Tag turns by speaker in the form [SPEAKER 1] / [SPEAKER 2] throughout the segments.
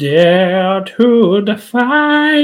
[SPEAKER 1] Dare to defy.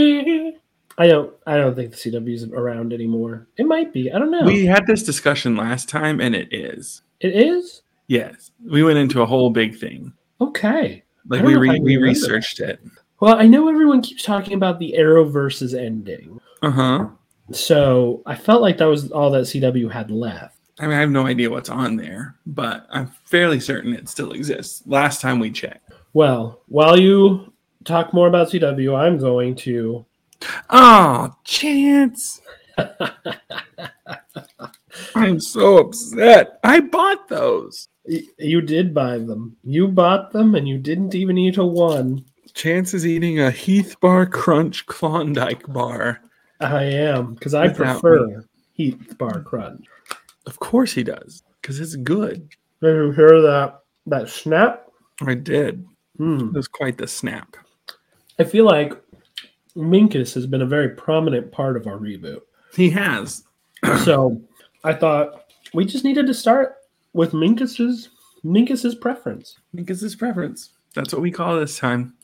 [SPEAKER 1] I don't. I don't think the CW is around anymore. It might be. I don't know.
[SPEAKER 2] We had this discussion last time, and it is.
[SPEAKER 1] it is
[SPEAKER 2] Yes, we went into a whole big thing.
[SPEAKER 1] okay. I
[SPEAKER 2] Like
[SPEAKER 1] don't
[SPEAKER 2] we
[SPEAKER 1] know if I
[SPEAKER 2] re- we
[SPEAKER 1] remember that.
[SPEAKER 2] researched it.
[SPEAKER 1] Well, I know everyone keeps talking about the Arrow versus ending,
[SPEAKER 2] Uh huh.
[SPEAKER 1] so I felt like that was all that CW had left.
[SPEAKER 2] I mean, I have no idea what's on there, but I'm fairly certain it still exists. Last time we checked.
[SPEAKER 1] Well, while you talk more about CW, I'm going to
[SPEAKER 2] Oh, chance! I'm so upset. I bought those.
[SPEAKER 1] Y- You did buy them. You bought them, and you didn't even eat a one.
[SPEAKER 2] Chance is eating a Heath Bar Crunch Klondike bar.
[SPEAKER 1] I am because I
[SPEAKER 2] Without
[SPEAKER 1] prefer Heath Bar Crunch.
[SPEAKER 2] Of course he does, because it's good.
[SPEAKER 1] Did you hear that that snap?
[SPEAKER 2] I did.
[SPEAKER 1] Hmm.
[SPEAKER 2] It was quite the snap.
[SPEAKER 1] I feel like Minkus has been a very prominent part of our reboot.
[SPEAKER 2] He has.
[SPEAKER 1] so I thought we just needed to start with Minkus's Minkus's preference.
[SPEAKER 2] I think it's his preference. That's what we call it this time.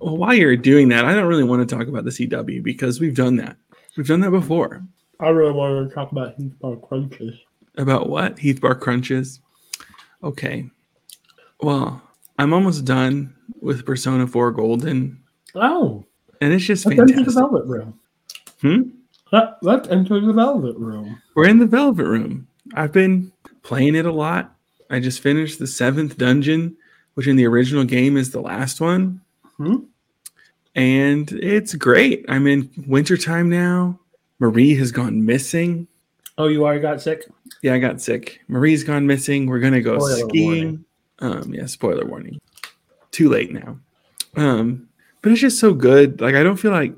[SPEAKER 2] Well, while you're doing that, I don't really want to talk about the CW because we've done that. We've done that before.
[SPEAKER 1] I really wanted to talk about Heath Bar Crunches.
[SPEAKER 2] About what? Heath Bar Crunches. Okay. Well, I'm almost done with Persona 4 Golden,
[SPEAKER 1] Oh,
[SPEAKER 2] and it's just
[SPEAKER 1] let's enter the
[SPEAKER 2] fantastic.
[SPEAKER 1] Velvet Room.
[SPEAKER 2] Hmm?
[SPEAKER 1] Let, let's enter the Velvet Room.
[SPEAKER 2] We're in the Velvet Room. I've been playing it a lot. I just finished the seventh dungeon, which in the original game is the last one.
[SPEAKER 1] Hmm.
[SPEAKER 2] And it's great. I'm in wintertime now. Marie has gone missing.
[SPEAKER 1] Oh, you already got sick.
[SPEAKER 2] Yeah, I got sick. Marie's gone missing. We're gonna go
[SPEAKER 1] Spoiler
[SPEAKER 2] skiing. Um, yeah, spoiler warning. Too late now. Um, but it's just so good. Like I don't feel like.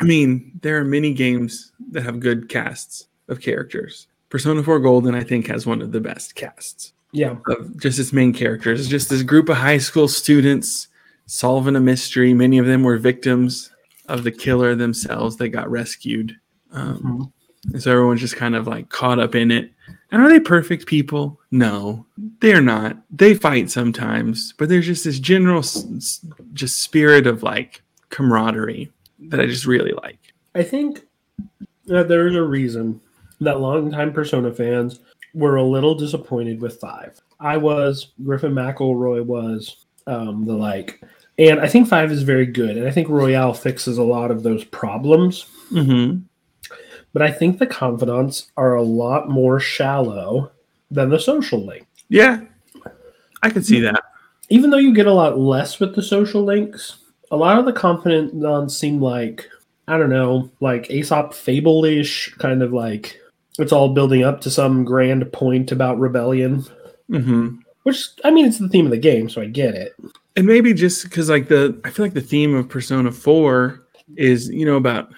[SPEAKER 2] I mean, there are many games that have good casts of characters. Persona 4 Golden, I think, has one of the best casts
[SPEAKER 1] Yeah.
[SPEAKER 2] of just its main characters. It's just this group of high school students solving a mystery. Many of them were victims of the killer themselves. They got rescued. Um, and so everyone's just kind of like caught up in it. And are they perfect people? No, they're not. They fight sometimes, but there's just this general s- s- just spirit of like camaraderie that I just really like.
[SPEAKER 1] I think that there is a reason that longtime Persona fans were a little disappointed with five. I was, Griffin McElroy was, um, the like. And I think five is very good. And I think Royale fixes a lot of those problems.
[SPEAKER 2] Mm-hmm.
[SPEAKER 1] But I think the confidants are a lot more shallow than the social link.
[SPEAKER 2] Yeah, I could see that.
[SPEAKER 1] even though you get a lot less with the social links, a lot of the confident nuns seem like I don't know, like Aesop fable-ish, kind of like it's all building up to some grand point about rebellion.
[SPEAKER 2] Mm-hmm.
[SPEAKER 1] Which I mean, it's the theme of the game, so I get it.
[SPEAKER 2] and maybe just because like the i feel like the theme of persona 4 is you know about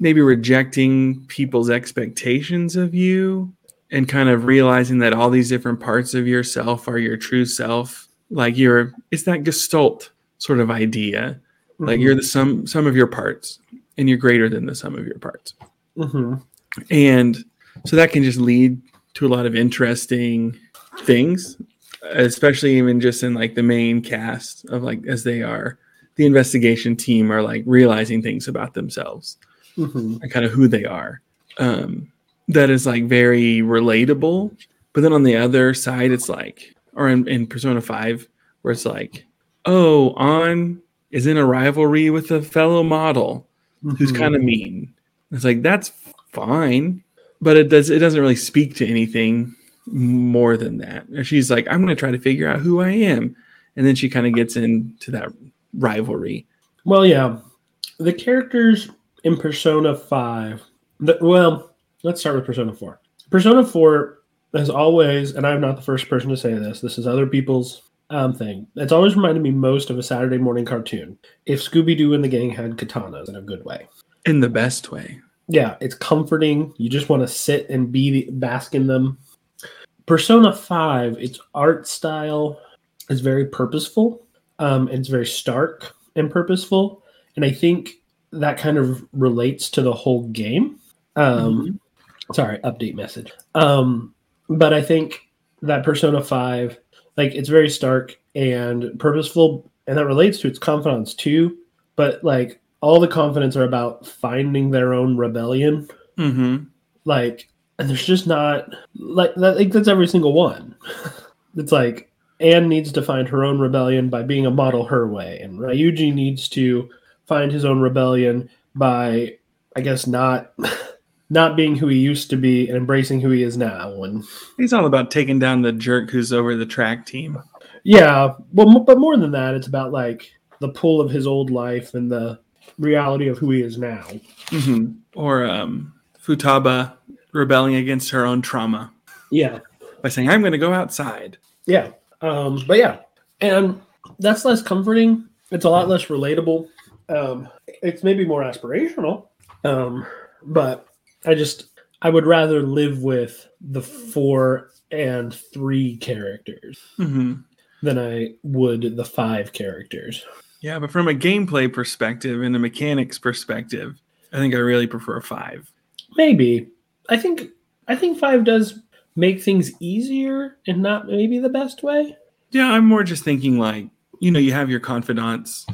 [SPEAKER 2] maybe rejecting people's expectations of you and kind of realizing that all these different parts of yourself are your true self like you're it's that gestalt sort of idea like
[SPEAKER 1] Mm-hmm.
[SPEAKER 2] you're the sum sum of your parts and you're greater than the sum of your parts
[SPEAKER 1] hmm
[SPEAKER 2] and so that can just lead to a lot of interesting things especially even just in like the main cast of like as they are the investigation team are like realizing things about themselves
[SPEAKER 1] hmm
[SPEAKER 2] and kind of who they are um that is like very relatable but then on the other side it's like or in, in persona 5 where it's like oh on is in a rivalry with a fellow model
[SPEAKER 1] Mm-hmm.
[SPEAKER 2] who's kind of mean. It's like that's fine, but it does it doesn't really speak to anything more than that. And she's like, I'm gonna try to figure out who I am, and then she kind of gets into that rivalry.
[SPEAKER 1] Well, yeah, the characters in Persona Five. The, well, let's start with Persona Four. Persona Four, as always, and I'm not the first person to say this. This is other people's um, thing. It's always reminded me most of a Saturday morning cartoon. If Scooby Doo and the gang had katanas in a good way.
[SPEAKER 2] In the best way.
[SPEAKER 1] Yeah, it's comforting. You just want to sit and be bask in them. Persona 5, its art style is very purposeful. Um, it's very stark and purposeful. And I think that kind of relates to the whole game. Um, Sorry, update message. Um, but I think that Persona 5, like, it's very stark and purposeful and that relates to its confidants too. But like all the confidants are about finding their own rebellion.
[SPEAKER 2] Mm-hmm.
[SPEAKER 1] Like, and there's just not like that. Like that's every single one. it's like Anne needs to find her own rebellion by being a model her way, and Ryuji needs to find his own rebellion by, I guess, not not being who he used to be and embracing who he is now. And
[SPEAKER 2] He's all about taking down the jerk who's over the track team.
[SPEAKER 1] yeah, well, m- but more than that, it's about like the pull of his old life and the reality of who he is now.
[SPEAKER 2] Mm-hmm. Or um, Futaba rebelling against her own trauma
[SPEAKER 1] Yeah,
[SPEAKER 2] by saying, I'm going to go outside.
[SPEAKER 1] yeah, um, but yeah, and that's less comforting. It's a lot less relatable. Um, it's maybe more aspirational, um, but I just I would rather live with the four and three characters
[SPEAKER 2] Mm-hmm.
[SPEAKER 1] than I would the five characters.
[SPEAKER 2] Yeah, but from a gameplay perspective and a mechanics perspective, I think I really prefer five.
[SPEAKER 1] Maybe. I think I think five does make things easier and not maybe the best way.
[SPEAKER 2] Yeah, I'm more just thinking like, you know, you have your confidants,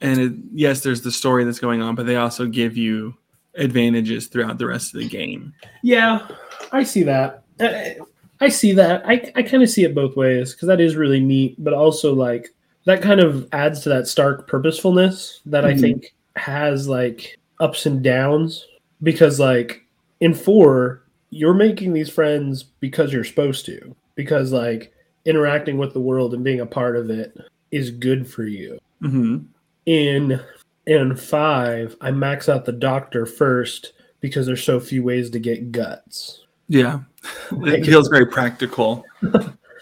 [SPEAKER 2] and it, yes, there's the story that's going on, but they also give you advantages throughout the rest of the game.
[SPEAKER 1] Yeah, I see that. I, I see that. I, I kind of see it both ways because that is really neat, but also like that kind of adds to that stark purposefulness that I
[SPEAKER 2] Mhm.
[SPEAKER 1] think has like ups and downs because like in four, you're making these friends because you're supposed to, because like interacting with the world and being a part of it is good for you.
[SPEAKER 2] hmm
[SPEAKER 1] in in five i max out the doctor first because there's so few ways to get guts
[SPEAKER 2] Yeah, it feels very practical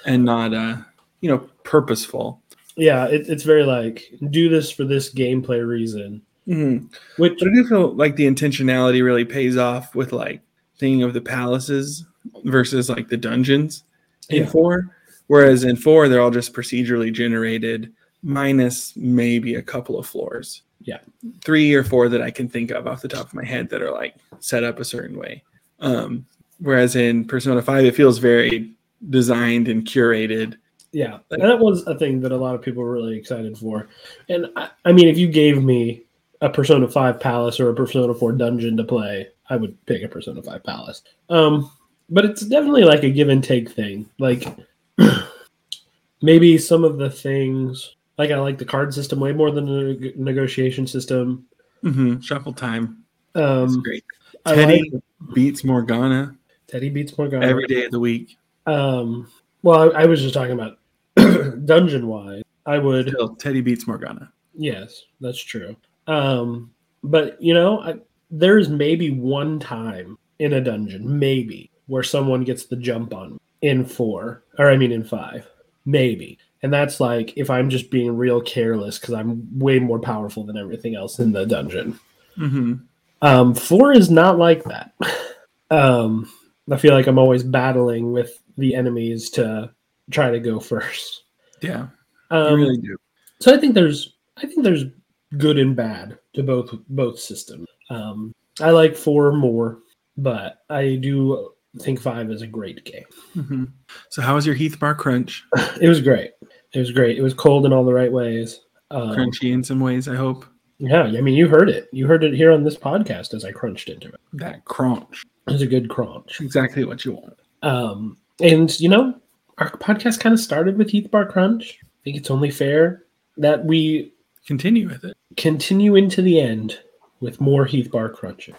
[SPEAKER 2] and not, uh, you know, purposeful.
[SPEAKER 1] yeah it, it's very like do this for this gameplay reason
[SPEAKER 2] Mm-hmm.
[SPEAKER 1] which
[SPEAKER 2] But I do feel like the intentionality really pays off with like thinking of the palaces versus like the dungeons in
[SPEAKER 1] Yeah.
[SPEAKER 2] four. Whereas in four, they're all just procedurally generated, minus maybe a couple of floors.
[SPEAKER 1] Yeah.
[SPEAKER 2] Three or four that I can think of off the top of my head that are like set up a certain way. Um, whereas in Persona 5, it feels very designed and curated.
[SPEAKER 1] yeah and that was a thing that a lot of people were really excited for and i, I mean if you gave me a persona 5 palace or a persona 4 dungeon to play i would pick a persona 5 palace um but it's definitely like a give and take thing like maybe some of the things like i like the card system way more than the neg- negotiation system
[SPEAKER 2] Mm-hmm. Shuffle time. It's
[SPEAKER 1] um
[SPEAKER 2] great.
[SPEAKER 1] I
[SPEAKER 2] Teddy
[SPEAKER 1] like- Uh,
[SPEAKER 2] beats Morgana
[SPEAKER 1] teddy beats morgana
[SPEAKER 2] every day of the week.
[SPEAKER 1] um well I, I was just talking about dungeon wise i would
[SPEAKER 2] Still, Teddy beats Morgana.
[SPEAKER 1] Yes, that's true. Um, but you know, I, there is maybe one time in a dungeon, maybe where someone gets the jump on me in four, or I mean in five, maybe. And that's like if I'm just being real careless because I'm way more powerful than everything else in the dungeon.
[SPEAKER 2] Mm-hmm.
[SPEAKER 1] Um, four is not like that. um, I feel like I'm always battling with the enemies to try to go first.
[SPEAKER 2] Yeah,
[SPEAKER 1] Um,
[SPEAKER 2] you really do.
[SPEAKER 1] so I think there's I think there's good and bad to both both systems. Um, I like four more, but I do think five is a great game.
[SPEAKER 2] hmm So, how was your Heath Bar crunch?
[SPEAKER 1] It was great. It was great. It was cold in all the right ways. Um,
[SPEAKER 2] Crunchy in some ways, I hope.
[SPEAKER 1] yeah, I mean you heard it. You heard it here on this podcast as I crunched into it.
[SPEAKER 2] That crunch,
[SPEAKER 1] It was a good crunch.
[SPEAKER 2] exactly what you want.
[SPEAKER 1] Um, and you know, our podcast kind of started with Heath Bar Crunch. I think it's only fair that we
[SPEAKER 2] Continue with it.
[SPEAKER 1] continue into the end with more Heath Bar crunching.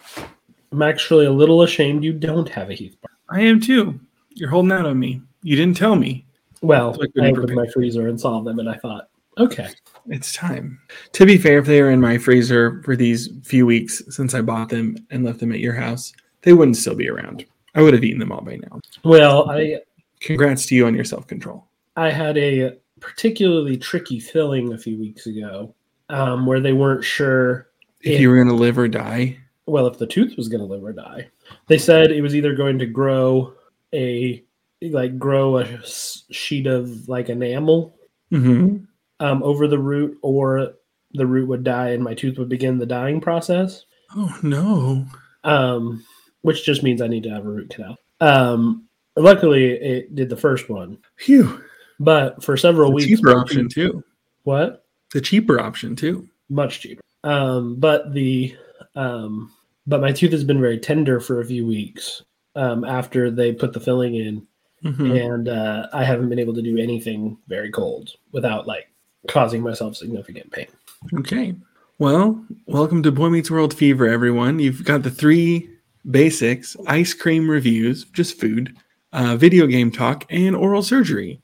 [SPEAKER 1] I'm actually a little ashamed you don't have a Heath Bar.
[SPEAKER 2] I am too. You're holding out on me. You didn't tell me.
[SPEAKER 1] Well,
[SPEAKER 2] So I couldn't
[SPEAKER 1] I opened
[SPEAKER 2] prepare.
[SPEAKER 1] my freezer and saw them, and I thought, okay,
[SPEAKER 2] It's time. To be fair, if they were in my freezer for these few weeks since I bought them and left them at your house, they wouldn't still be around. I would have eaten them all by now.
[SPEAKER 1] well, I
[SPEAKER 2] Congrats to you on your self control.
[SPEAKER 1] I had a particularly tricky filling a few weeks ago, um, where they weren't sure
[SPEAKER 2] If
[SPEAKER 1] Yeah.
[SPEAKER 2] you were going to live or die,
[SPEAKER 1] well if the tooth was going to live or die. They said it was either going to grow a like grow a s- sheet of like enamel
[SPEAKER 2] hmm
[SPEAKER 1] um, over the root, or the root would die and my tooth would begin the dying process.
[SPEAKER 2] oh no.
[SPEAKER 1] um, which just means I need to have a root canal. Um, luckily, it did the first one,
[SPEAKER 2] Phew.
[SPEAKER 1] but for several
[SPEAKER 2] A
[SPEAKER 1] weeks,
[SPEAKER 2] cheaper option, too.
[SPEAKER 1] What?
[SPEAKER 2] The cheaper option too.
[SPEAKER 1] Much cheaper. Um, but the um, but my tooth has been very tender for a few weeks um, after they put the filling in,
[SPEAKER 2] Mhm.
[SPEAKER 1] and uh, I haven't been able to do anything very cold without like causing myself significant pain.
[SPEAKER 2] Okay. Well, welcome to Boy Meets World Fever, everyone. You've got the three basics ice cream reviews, just food, uh, video game talk, and oral surgery.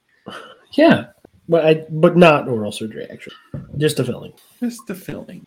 [SPEAKER 1] Yeah, but I but not oral surgery actually, just a filling.
[SPEAKER 2] Just the filling.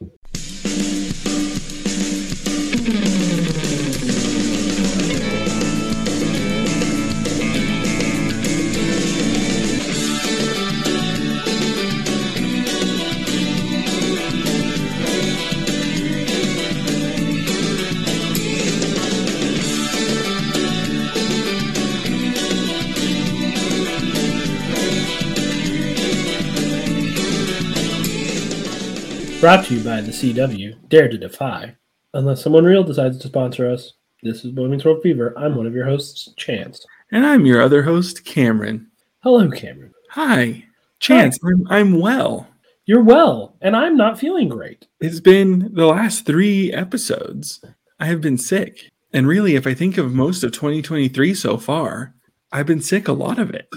[SPEAKER 1] Brought to you by the CW. Dare to defy. Unless someone real decides to sponsor us, this is Boy Meets World Fever. I'm one of your hosts, Chance.
[SPEAKER 2] And I'm your other host, Cameron.
[SPEAKER 1] Hello, Cameron.
[SPEAKER 2] Hi, Chance. I'm, I'm well.
[SPEAKER 1] You're well, and I'm not feeling great.
[SPEAKER 2] It's been the last three episodes. I have been sick. And really, if I think of most of 2023 so far, I've been sick a lot of it.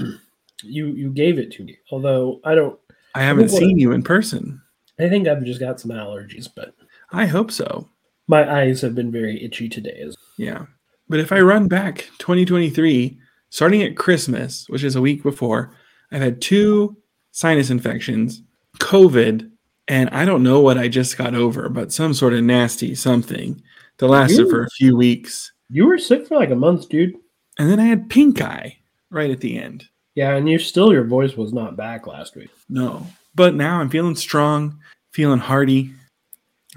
[SPEAKER 1] You you gave it to me, although I don't.
[SPEAKER 2] I haven't
[SPEAKER 1] Well,
[SPEAKER 2] seen you in person.
[SPEAKER 1] I think I've just got some allergies, but
[SPEAKER 2] I hope so.
[SPEAKER 1] my eyes have been very itchy today.
[SPEAKER 2] Yeah. But if I run back 2023, starting at Christmas, which is a week before, I've had two sinus infections, COVID, and I don't know what I just got over, but some sort of nasty something that lasted for a few weeks.
[SPEAKER 1] You were sick for like a month, dude.
[SPEAKER 2] And then I had pink eye right at the end.
[SPEAKER 1] Yeah, and you still your voice was not back last week.
[SPEAKER 2] No. But now I'm feeling strong, feeling hearty.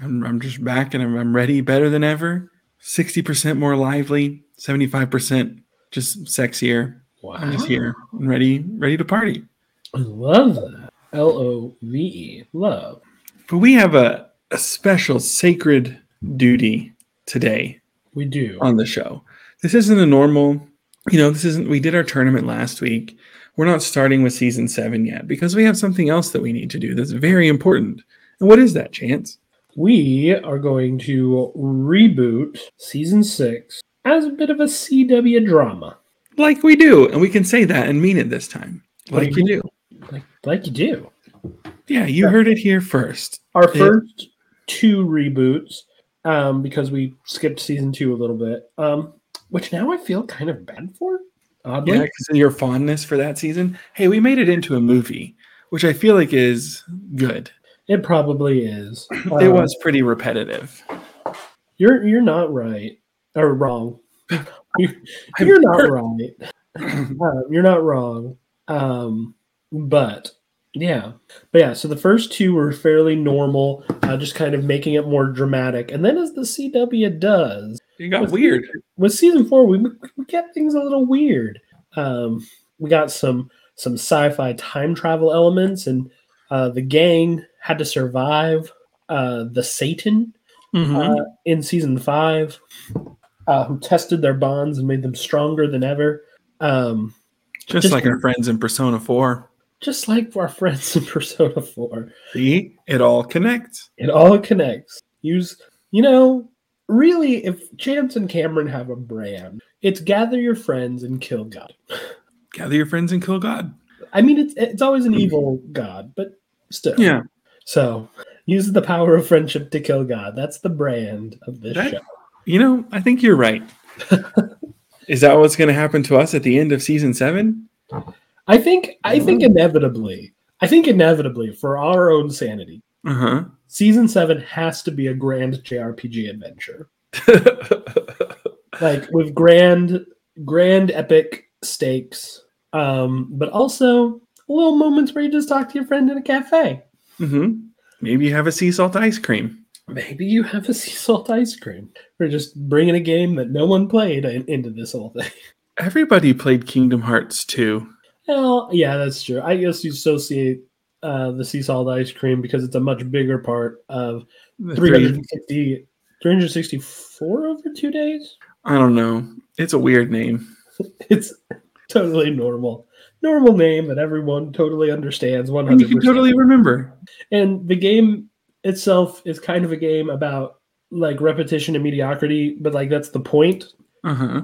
[SPEAKER 2] I'm, I'm just back and I'm, I'm ready better than ever. 60% more lively, 75% just sexier.
[SPEAKER 1] Wow,
[SPEAKER 2] I'm just here and ready, ready to party.
[SPEAKER 1] I love that. L O V E, love.
[SPEAKER 2] But we have a, a special sacred duty today
[SPEAKER 1] We do.
[SPEAKER 2] on the show. This isn't a normal, you know, this isn't, we did our tournament last week. We're not starting with season seven yet because we have something else that we need to do that's very important. And what is that, Chance?
[SPEAKER 1] We are going to reboot season six as a bit of a CW drama,
[SPEAKER 2] Like we do. And we can say that and mean it this time. Like you do.
[SPEAKER 1] like, like you do.
[SPEAKER 2] Yeah, you heard it here first.
[SPEAKER 1] Our
[SPEAKER 2] Yeah.
[SPEAKER 1] first two reboots, um, because we skipped season two a little bit, um, which now I feel kind of bad for. Oddly,
[SPEAKER 2] Yeah, because your fondness for that season. Hey, we made it into a movie, which I feel like is good.
[SPEAKER 1] it probably is.
[SPEAKER 2] it
[SPEAKER 1] Um,
[SPEAKER 2] was pretty repetitive.
[SPEAKER 1] You're you're not right or wrong.
[SPEAKER 2] I'm
[SPEAKER 1] you're not
[SPEAKER 2] hurt.
[SPEAKER 1] right. Um, you're not wrong. Um, but yeah, but yeah. So the first two were fairly normal, uh, just kind of making it more dramatic. And then as the CW does
[SPEAKER 2] It got weird.
[SPEAKER 1] with season four, we, we get things a little weird. Um, we got some some sci-fi time travel elements, and uh, the gang had to survive uh, the Satan
[SPEAKER 2] Mhm.
[SPEAKER 1] uh, in season five, uh, who tested their bonds and made them stronger than ever. Um,
[SPEAKER 2] just,
[SPEAKER 1] just-
[SPEAKER 2] like our friends in Persona 4.
[SPEAKER 1] just like our friends in Persona 4,
[SPEAKER 2] See, it all connects.
[SPEAKER 1] it all connects. Use, you know, really, if Chance and Cameron have a brand, it's gather your friends and kill God.
[SPEAKER 2] Gather your friends and kill God.
[SPEAKER 1] I mean, it's it's always an evil God, but still,
[SPEAKER 2] Yeah.
[SPEAKER 1] So use the power of friendship to kill God. That's the brand of this
[SPEAKER 2] That-
[SPEAKER 1] show.
[SPEAKER 2] You know, I think you're right. Is that what's going to happen to us at the end of season seven?
[SPEAKER 1] I think I think inevitably, I think inevitably for our own sanity,
[SPEAKER 2] Uh huh.
[SPEAKER 1] season seven has to be a grand JRPG adventure, like with grand, grand epic stakes, um, but also little moments where you just talk to your friend in a cafe.
[SPEAKER 2] hmm Maybe you have a sea salt ice cream.
[SPEAKER 1] Maybe you have a sea salt ice cream, or just bringing a game that no one played in- into this whole thing.
[SPEAKER 2] Everybody played Kingdom Hearts 2.
[SPEAKER 1] Well, yeah, that's true. I guess you associate uh, the sea salt ice cream because it's a much bigger part of
[SPEAKER 2] The three-
[SPEAKER 1] 360, 364 over two days.
[SPEAKER 2] I don't know. It's a weird name.
[SPEAKER 1] It's totally normal. normal name that everyone totally understands 100%.
[SPEAKER 2] And you can totally remember.
[SPEAKER 1] And the game itself is kind of a game about like repetition and mediocrity, but like that's the point.
[SPEAKER 2] Uh huh.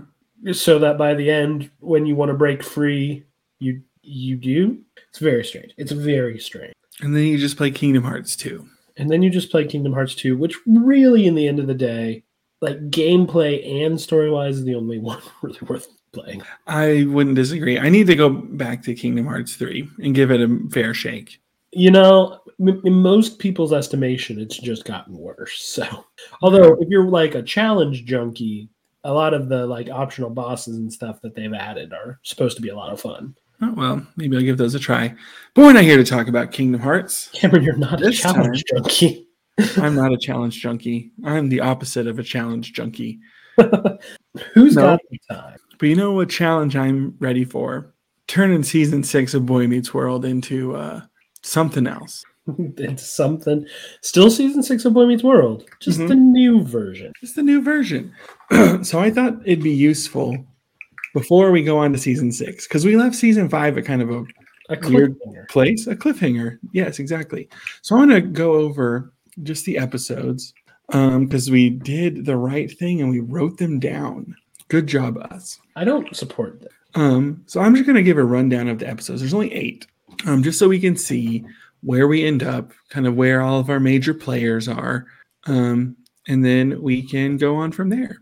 [SPEAKER 1] So that by the end, when you want to break free, you you do. It's very strange. It's very strange.
[SPEAKER 2] And then you just play Kingdom Hearts 2.
[SPEAKER 1] And then you just play Kingdom Hearts 2, which really, in the end of the day, like gameplay and story wise, is the only one really worth playing.
[SPEAKER 2] I wouldn't disagree. I need to go back to Kingdom Hearts 3 and give it a fair shake.
[SPEAKER 1] You know, m- in most people's estimation, it's just gotten worse. So, although if you're like a challenge junkie, a lot of the like optional bosses and stuff that they've added are supposed to be a lot of fun.
[SPEAKER 2] Oh, well, maybe I'll give those a try. But we're not here to talk about Kingdom Hearts.
[SPEAKER 1] Cameron, you're not
[SPEAKER 2] This
[SPEAKER 1] a challenge junkie.
[SPEAKER 2] I'm not a challenge junkie. I'm the opposite of a challenge junkie.
[SPEAKER 1] Who's
[SPEAKER 2] No.
[SPEAKER 1] got the time?
[SPEAKER 2] But you know what challenge I'm ready for? Turning season six of Boy Meets World into uh, something else.
[SPEAKER 1] it's something. Still season six of Boy Meets World, just
[SPEAKER 2] Mhm.
[SPEAKER 1] the new version.
[SPEAKER 2] It's the new version. so I thought it'd be useful before we go on to season six, because we left season five at kind of a
[SPEAKER 1] A
[SPEAKER 2] Weird.
[SPEAKER 1] cliffhanger.
[SPEAKER 2] place, a cliffhanger. Yes, exactly. So I'm going to go over just the episodes because we did the right thing and we wrote them down. Good job, us.
[SPEAKER 1] I don't support that.
[SPEAKER 2] Um, so I'm just going to give a rundown of the episodes. There's only eight, um, just so we can see where we end up, kind of where all of our major players are, um, and then we can go on from there.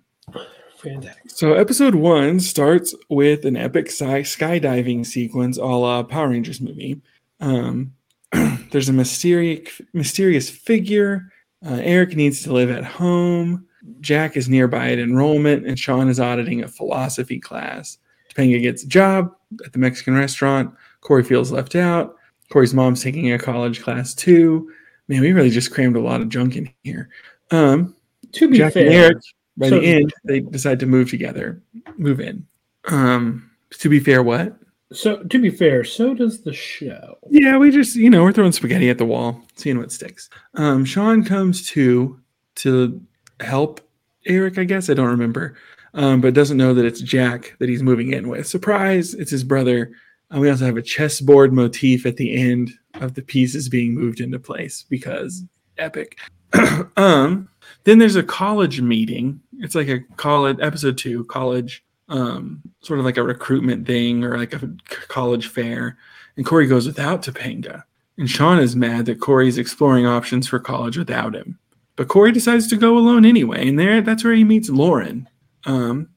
[SPEAKER 1] Fantastic.
[SPEAKER 2] So episode one starts with an epic sky- skydiving sequence, a la Power Rangers movie. Um, there's a mysterious mysterious figure. Uh, Eric needs to live at home. Jack is nearby at enrollment, and Sean is auditing a philosophy class. Topanga gets a job at the Mexican restaurant. Corey feels left out. Corey's mom's taking a college class too. Man, we really just crammed a lot of junk in here. Um,
[SPEAKER 1] To be
[SPEAKER 2] Jack and
[SPEAKER 1] fair,
[SPEAKER 2] Eric, by
[SPEAKER 1] So-
[SPEAKER 2] the end, they decide to move together, move in. Um, to be fair, what?
[SPEAKER 1] so to be fair, so does the show.
[SPEAKER 2] Yeah, we just you know we're throwing spaghetti at the wall, seeing what sticks. Um, Sean comes to to help Eric, I guess I don't remember, um, but doesn't know that it's Jack that he's moving in with. Surprise! It's his brother. And we also have a chessboard motif at the end of the pieces being moved into place because epic. um, then there's a college meeting. It's like a college episode two college, um, sort of like a recruitment thing or like a c- college fair and Corey goes without Topanga. And Sean is mad that Corey's exploring options for college without him. But Corey decides to go alone anyway, and there that's where he meets Lauren. Um,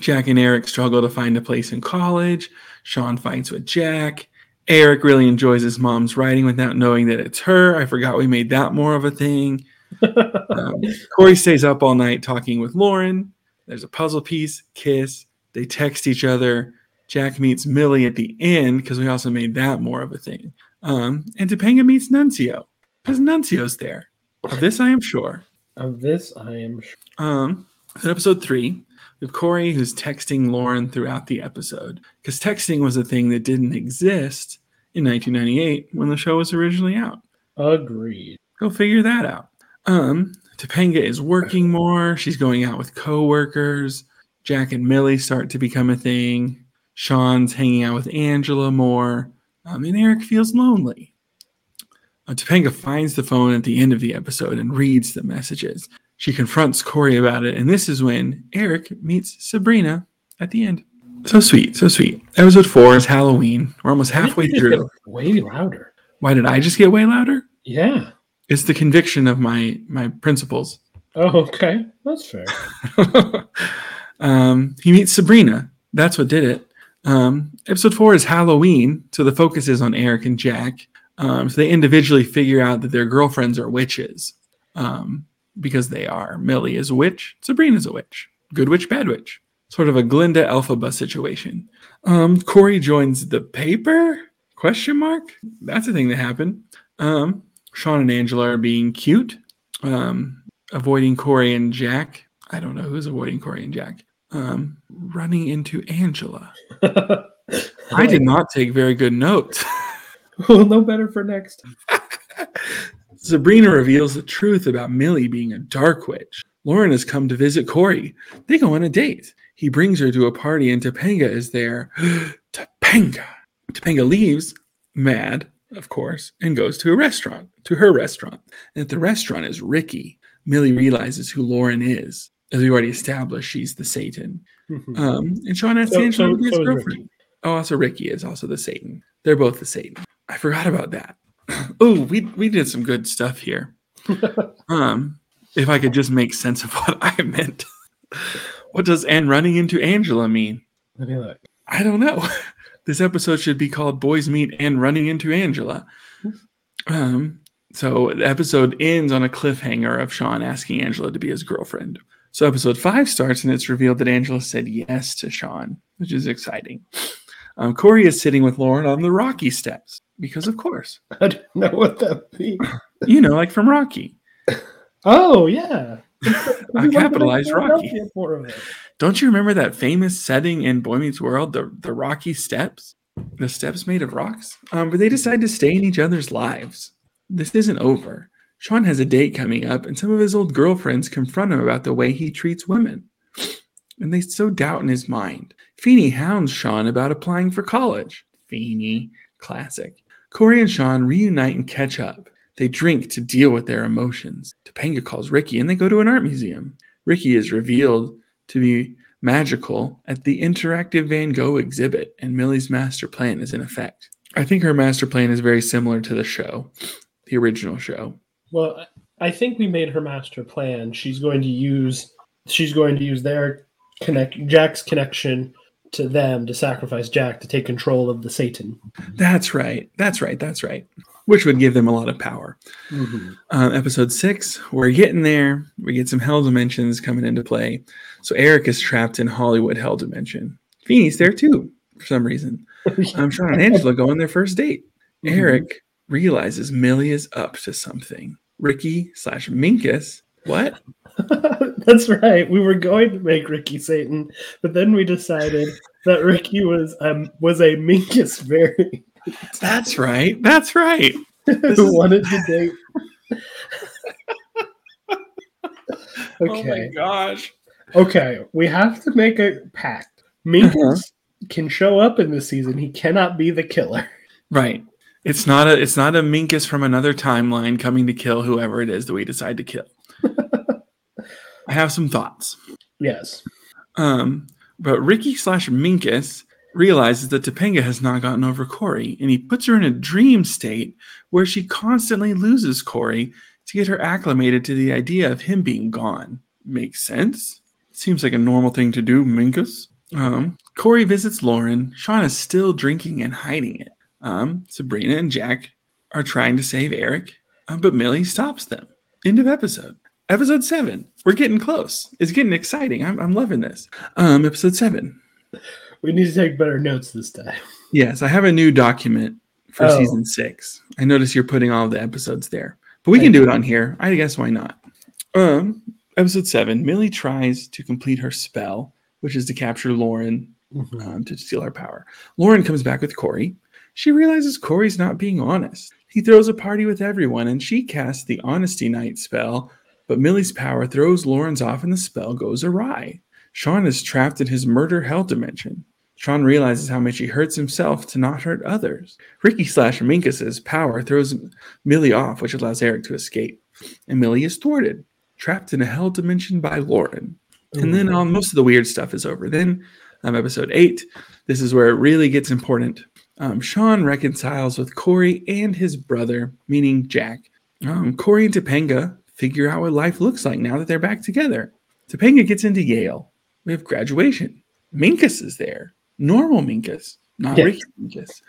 [SPEAKER 2] Jack and Eric struggle to find a place in college. Sean fights with Jack. Eric really enjoys his mom's writing without knowing that it's her. I forgot we made that more of a thing. Um, Corey stays up all night talking with Lauren. There's a puzzle piece, kiss. They text each other. Jack meets Millie at the end because we also made that more of a thing. Um, and Topanga meets Nuncio because Nuncio's there. Of this, I am sure.
[SPEAKER 1] Of this, I am sure.
[SPEAKER 2] Um, in episode three, we have Corey who's texting Lauren throughout the episode because texting was a thing that didn't exist in 1998 when the show was originally out.
[SPEAKER 1] Agreed.
[SPEAKER 2] Go figure that out. Um, Topanga is working more. She's going out with coworkers. Jack and Millie start to become a thing. Sean's hanging out with Angela more. Um, and Eric feels lonely. Uh, Topanga finds the phone at the end of the episode and reads the messages. She confronts Corey about it, and this is when Eric meets Sabrina at the end. So sweet, so sweet. Episode four is Halloween. We're almost halfway through.
[SPEAKER 1] Way louder.
[SPEAKER 2] Why did I just get way louder?
[SPEAKER 1] Yeah.
[SPEAKER 2] It's the conviction of my my principles.
[SPEAKER 1] Oh, okay. That's fair.
[SPEAKER 2] um, he meets Sabrina. That's what did it. Um, episode four is Halloween, so the focus is on Eric and Jack. Um, so they individually figure out that their girlfriends are witches um, because they are. Millie is a witch. Sabrina's a witch. Good witch, bad witch. Sort of a Glinda Elphaba situation. Um, Corey joins the paper? Question mark. That's a thing that happened. Um, Sean and Angela are being cute. Um, avoiding Corey and Jack. I don't know who's avoiding Corey and Jack. Um, running into Angela. I did not take very good notes.
[SPEAKER 1] Well, no better for next. time.
[SPEAKER 2] Sabrina reveals the truth about Millie being a dark witch. Lauren has come to visit Corey. They go on a date. He brings her to a party and Topanga is there. Topanga! Topanga leaves, mad, of course, and goes to a restaurant, to her restaurant. And at the restaurant is Ricky. Millie realizes who Lauren is. As we already established, she's the Satan.
[SPEAKER 1] Mhm.
[SPEAKER 2] Um, and Sean has
[SPEAKER 1] So-
[SPEAKER 2] Satan
[SPEAKER 1] so-
[SPEAKER 2] to be his
[SPEAKER 1] so is
[SPEAKER 2] girlfriend. Oh, also Ricky is also the Satan. They're both the Satan. I forgot about that. oh, we we did some good stuff here. um, if I could just make sense of what I meant. what does and running into Angela mean?
[SPEAKER 1] Let me look.
[SPEAKER 2] I don't know. This episode should be called Boys Meet and Running into Angela. Um, so the episode ends on a cliffhanger of Sean asking Angela to be his girlfriend. So episode five starts and it's revealed that Angela said yes to Sean, which is exciting. Um, Corey is sitting with Lauren on the Rocky steps because, of course,
[SPEAKER 1] I don't know what that means.
[SPEAKER 2] you know, like from Rocky.
[SPEAKER 1] Oh yeah,
[SPEAKER 2] I capitalized Rocky.
[SPEAKER 1] More of it.
[SPEAKER 2] Don't you remember that famous setting in Boy Meets World, the, the rocky steps, the steps made of rocks? Um, but they decide to stay in each other's lives. This isn't over. Sean has a date coming up, and some of his old girlfriends confront him about the way he treats women. And they so doubt in his mind. Feeney hounds Sean about applying for college. Feeney, classic. Corey and Sean reunite and catch up. They drink to deal with their emotions. Topanga calls Ricky, and they go to an art museum. Ricky is revealed to be magical at the interactive Van Gogh exhibit, and Millie's master plan is in effect. I think her master plan is very similar to the show, the original show.
[SPEAKER 1] Well, I I think we made her master plan. She's going to use she's going to use their connect Jack's connection to them to sacrifice Jack to take control of the Satan.
[SPEAKER 2] That's right. That's right. That's right. Which would give them a lot of power. Um, episode six, we're getting there. We get some hell dimensions coming into play. So Eric is trapped in Hollywood hell dimension. Feeney's there too, for some reason. Um, Sean and Angela go on their first date. Eric realizes Millie is up to something. Ricky slash Minkus. What?
[SPEAKER 1] That's right. We were going to make Ricky Satan, but then we decided that Ricky was um was a Minkus variant
[SPEAKER 2] That's right. That's right. This
[SPEAKER 1] who
[SPEAKER 2] is-
[SPEAKER 1] wanted to date.
[SPEAKER 2] Oh my
[SPEAKER 1] okay.
[SPEAKER 2] gosh.
[SPEAKER 1] Okay, we have to make a pact. Minkus
[SPEAKER 2] Uh-huh.
[SPEAKER 1] can show up in this season. He cannot be the killer.
[SPEAKER 2] Right. It's not a it's not a Minkus from another timeline coming to kill whoever it is that we decide to kill. I have some thoughts.
[SPEAKER 1] Yes.
[SPEAKER 2] Um, but Ricky slash Minkus realizes that Topanga has not gotten over Corey, and he puts her in a dream state where she constantly loses Corey to get her acclimated to the idea of him being gone. Makes sense. Seems like a normal thing to do, Minkus. Um, Corey visits Lauren. Sean is still drinking and hiding it. Um, Sabrina and Jack are trying to save Eric, um, but Millie stops them. End of episode. Episode seven. We're getting close. It's getting exciting. I'm, I'm loving this. Um, episode seven.
[SPEAKER 1] We need to take better notes this time.
[SPEAKER 2] Yes, I have a new document for
[SPEAKER 1] Oh.
[SPEAKER 2] season six. I notice you're putting all the episodes there, but we can
[SPEAKER 1] Thank
[SPEAKER 2] do it on here. I guess why not? Um, episode seven. Millie tries to complete her spell, which is to capture Lauren um, to steal her power. Lauren comes back with Corey. She realizes Corey's not being honest. He throws a party with everyone, and she casts the Honesty Night spell, but Millie's power throws Lauren's off, and the spell goes awry. Sean is trapped in his murder hell dimension. Sean realizes how much he hurts himself to not hurt others. Ricky slash Minkus's power throws Millie off, which allows Eric to escape, and Millie is thwarted, trapped in a hell dimension by Lauren. And then all, most of the weird stuff is over. Then, um, episode eight, this is where it really gets important. Um, Sean reconciles with Corey and his brother, meaning Jack. Um, Corey and Topanga figure out what life looks like now that they're back together. Topanga gets into Yale. We have graduation. Minkus is there. Normal Minkus, not
[SPEAKER 1] Yes.
[SPEAKER 2] Ricky Minkus.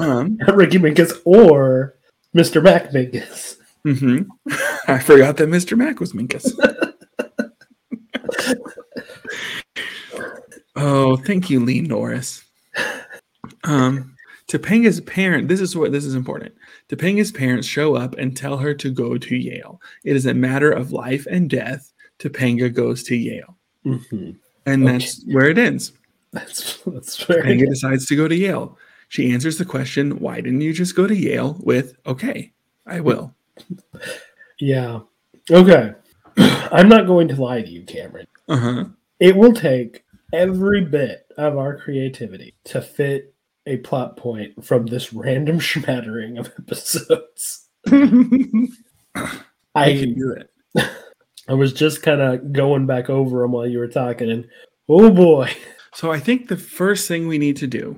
[SPEAKER 2] Um,
[SPEAKER 1] Ricky Minkus or Mr. Mac Minkus.
[SPEAKER 2] hmm I forgot that Mr. Mac was Minkus. oh, thank you, Lee Norris. Um, Topanga's parent. This is what this is important. Topanga's parents show up and tell her to go to Yale. It is a matter of life and death. Topanga goes to Yale, and
[SPEAKER 1] Okay.
[SPEAKER 2] that's where it ends.
[SPEAKER 1] Mm-hmm. That's that's very
[SPEAKER 2] Topanga decides to go to Yale. She answers the question, "Why didn't you just go to Yale?" with, "Okay, I will."
[SPEAKER 1] yeah. Okay, I'm not going to lie to you, Cameron.
[SPEAKER 2] Uh huh.
[SPEAKER 1] It will take every bit of our creativity to fit a plot point from this random smattering of episodes.
[SPEAKER 2] I
[SPEAKER 1] I
[SPEAKER 2] can do it.
[SPEAKER 1] I was just kind of going back over them while you were talking, and oh boy,
[SPEAKER 2] So I think the first thing we need to do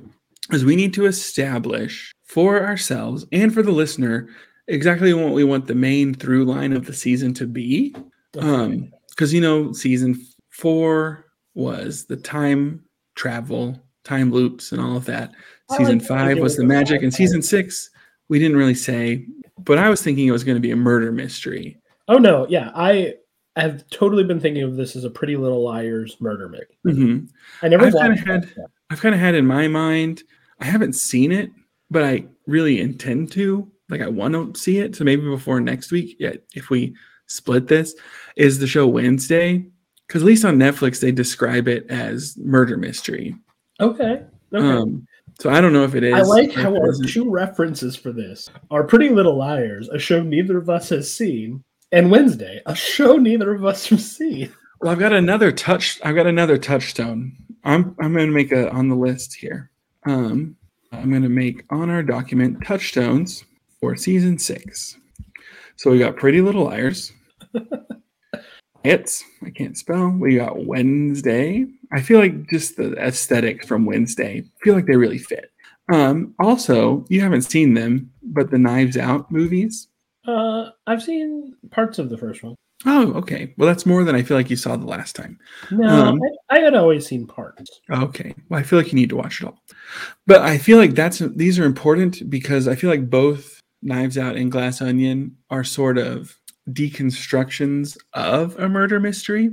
[SPEAKER 2] is we need to establish for ourselves and for the listener exactly what we want the main through line of the season to be. Um, because you know, season four was the time travel, time loops, and all of that.
[SPEAKER 1] I
[SPEAKER 2] Season
[SPEAKER 1] like the
[SPEAKER 2] five
[SPEAKER 1] idea
[SPEAKER 2] was the
[SPEAKER 1] of the
[SPEAKER 2] magic, and
[SPEAKER 1] sci-fi.
[SPEAKER 2] season six we didn't really say, but I was thinking it was going to be a murder mystery.
[SPEAKER 1] oh no, yeah, I have totally been thinking of this as a Pretty Little Liars murder movie.
[SPEAKER 2] hmm
[SPEAKER 1] I never
[SPEAKER 2] I've kinda
[SPEAKER 1] watched
[SPEAKER 2] had-
[SPEAKER 1] that stuff.
[SPEAKER 2] I've kind of had in my mind, I haven't seen it, but I really intend to. Like, I want to see it. So maybe before next week, yeah, if we split this, is the show Wednesday? Because at least on Netflix, they describe it as murder mystery.
[SPEAKER 1] Okay, okay.
[SPEAKER 2] Um, so I don't know if it is.
[SPEAKER 1] I like
[SPEAKER 2] or
[SPEAKER 1] how
[SPEAKER 2] if it
[SPEAKER 1] our
[SPEAKER 2] isn't.
[SPEAKER 1] two references for this are Pretty Little Liars, a show neither of us has seen, and Wednesday, a show neither of us have seen.
[SPEAKER 2] Well, I've got another touch. I've got another touchstone. I'm I'm going to make a on the list here. Um, I'm going to make on our document touchstones for season six. So we got Pretty Little Liars. it's I can't spell. We got Wednesday. I feel like just the aesthetic from Wednesday. I feel like they really fit. Um, also, you haven't seen them, but the Knives Out movies.
[SPEAKER 1] Uh, I've seen parts of the first one.
[SPEAKER 2] Oh, okay. Well, that's more than I feel like you saw the last time.
[SPEAKER 1] No,
[SPEAKER 2] Um,
[SPEAKER 1] I, I had always seen parts.
[SPEAKER 2] Okay. Well, I feel like you need to watch it all. But I feel like that's these are important because I feel like both Knives Out and Glass Onion are sort of deconstructions of a murder mystery.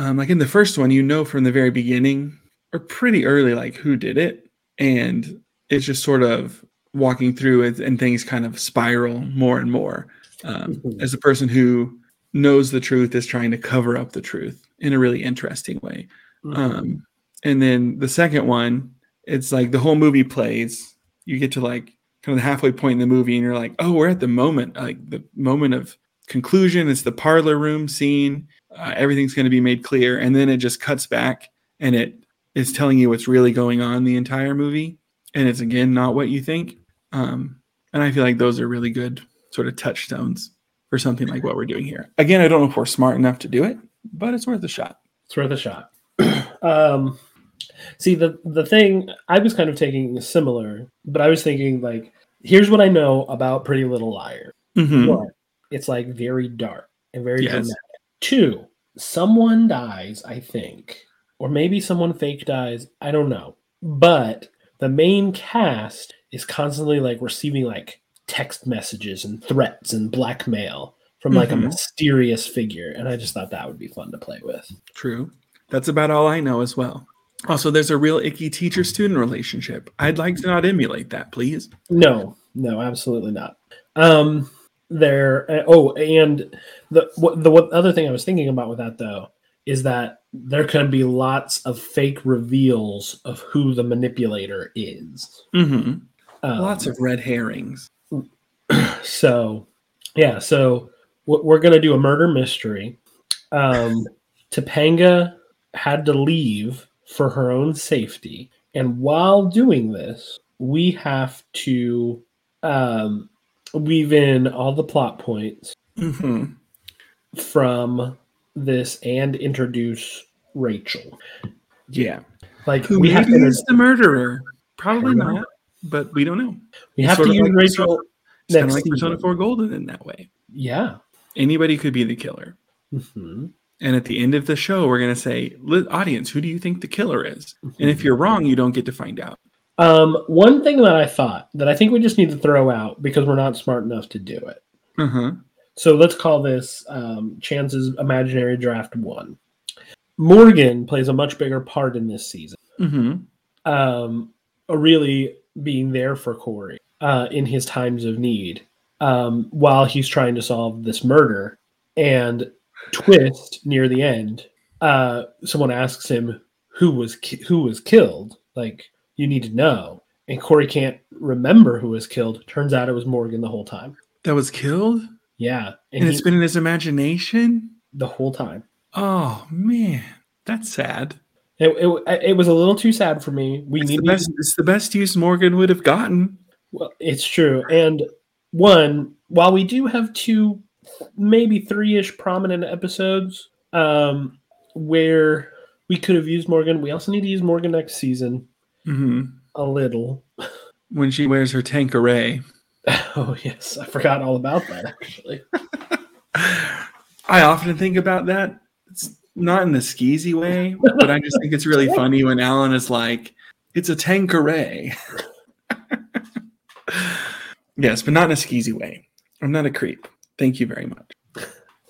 [SPEAKER 2] Um, like in the first one, you know from the very beginning or pretty early, like who did it. And it's just sort of walking through it and things kind of spiral more and more um,
[SPEAKER 1] Mhm.
[SPEAKER 2] as the person who knows the truth is trying to cover up the truth in a really interesting way. Um, and then the second one, it's like the whole movie plays. You get to like kind of the halfway point in the movie, and you're like, oh, we're at the moment, like the moment of conclusion. It's the parlor room scene. Uh, everything's going to be made clear, and then it just cuts back, and it is telling you what's really going on the entire movie, and it's again not what you think. Um, and I feel like those are really good sort of touchstones for something like what we're doing here. Again, I don't know if we're smart enough to do it, but it's worth a shot.
[SPEAKER 1] it's worth a shot. um, see the the thing I was kind of taking similar, but I was thinking like, here's what I know about Pretty Little Liars.
[SPEAKER 2] Mhm.
[SPEAKER 1] One, it's like very dark and very
[SPEAKER 2] Yes.
[SPEAKER 1] dramatic. Two, someone dies, I think, or maybe someone fake dies. I don't know. But the main cast is constantly like receiving like text messages and threats and blackmail from like
[SPEAKER 2] Mhm.
[SPEAKER 1] a mysterious figure. And I just thought that would be fun to play with.
[SPEAKER 2] True. That's about all I know as well. Also, there's a real icky teacher student relationship. I'd like to not emulate that, please.
[SPEAKER 1] No, no, absolutely not. Um, there. uh, Oh, and the what, the what other thing I was thinking about with that though is that there could be lots of fake reveals of who the manipulator is.
[SPEAKER 2] Mm-hmm.
[SPEAKER 1] Um,
[SPEAKER 2] Lots of red herrings.
[SPEAKER 1] so, yeah. So w- we're gonna do a murder mystery. Um, Topanga had to leave for her own safety, and while doing this, we have to um, weave in all the plot points
[SPEAKER 2] Mm-hmm.
[SPEAKER 1] from this and introduce Rachel.
[SPEAKER 2] Yeah.
[SPEAKER 1] Like
[SPEAKER 2] Who
[SPEAKER 1] we have to
[SPEAKER 2] maybe is the murderer? Probably
[SPEAKER 1] I don't
[SPEAKER 2] not, but we don't know.
[SPEAKER 1] we have
[SPEAKER 2] Sort
[SPEAKER 1] to
[SPEAKER 2] of
[SPEAKER 1] use
[SPEAKER 2] like-
[SPEAKER 1] Rachel.
[SPEAKER 2] It's kind
[SPEAKER 1] Next
[SPEAKER 2] of like Persona
[SPEAKER 1] season.
[SPEAKER 2] 4 Golden in that way.
[SPEAKER 1] Yeah.
[SPEAKER 2] Anybody could be the killer.
[SPEAKER 1] Mhm.
[SPEAKER 2] And at the end of the show, we're going to say, "Li- audience, who do you think the killer is? And if you're wrong, you don't get to find out.
[SPEAKER 1] Um, one thing that I thought that I think we just need to throw out because we're not smart enough to do it.
[SPEAKER 2] Uh-huh.
[SPEAKER 1] So let's call this um, Chance's Imaginary Draft One. Morgan plays a much bigger part in this season,
[SPEAKER 2] Mm-hmm.
[SPEAKER 1] um, really being there for Corey uh, in his times of need um, while he's trying to solve this murder. And twist near the end, uh, someone asks him who was ki- who was killed. Like you need to know, and Corey can't remember who was killed. Turns out it was Morgan the whole time.
[SPEAKER 2] That was killed?
[SPEAKER 1] Yeah, and,
[SPEAKER 2] And
[SPEAKER 1] he,
[SPEAKER 2] it's been in his imagination?
[SPEAKER 1] the whole time.
[SPEAKER 2] Oh man, that's sad.
[SPEAKER 1] It, it, it was a little too sad for me. We
[SPEAKER 2] It's the,
[SPEAKER 1] needed
[SPEAKER 2] best, it's the best use Morgan would have gotten.
[SPEAKER 1] Well, it's true. And one, while we do have two, maybe three ish prominent episodes um, where we could have used Morgan, we also need to use Morgan next season
[SPEAKER 2] hmm
[SPEAKER 1] a little.
[SPEAKER 2] When she wears her tank array.
[SPEAKER 1] Oh, yes. I forgot all about that, actually.
[SPEAKER 2] I often think about that. It's not in the skeezy way, but I just think it's really funny when Alan is like, it's a tank array. yes, but not in a skeezy way. I'm not a creep. Thank you very much.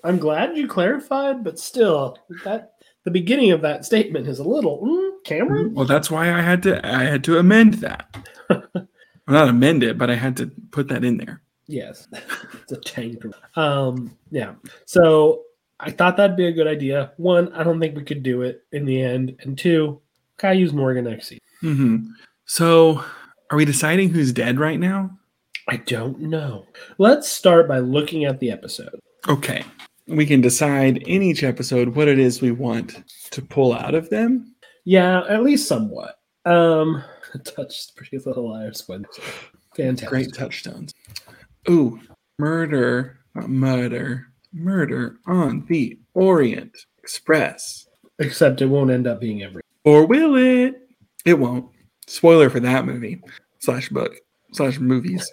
[SPEAKER 1] I'm glad you clarified, but still, that the beginning of that statement is a little, mm, Cameron?
[SPEAKER 2] Well, that's why I had to I had to amend that. well, not amend it, but I had to put that in there.
[SPEAKER 1] Yes, it's a tanker. Um, yeah. So I thought that'd be a good idea. One, I don't think we could do it in the end, and two, can I use Morgan XC?
[SPEAKER 2] hmm So, are we deciding who's dead right now?
[SPEAKER 1] I don't know. Let's start by looking at the episode.
[SPEAKER 2] Okay, we can decide in each episode what it is we want to pull out of them.
[SPEAKER 1] Yeah, at least somewhat. Um, touched Pretty Little Liars Wednesday. Fantastic.
[SPEAKER 2] Great touchdowns. Ooh, murder, not murder, murder on the Orient Express.
[SPEAKER 1] Except it won't end up being every.
[SPEAKER 2] Or will it? It won't. Spoiler for that movie slash book slash movies.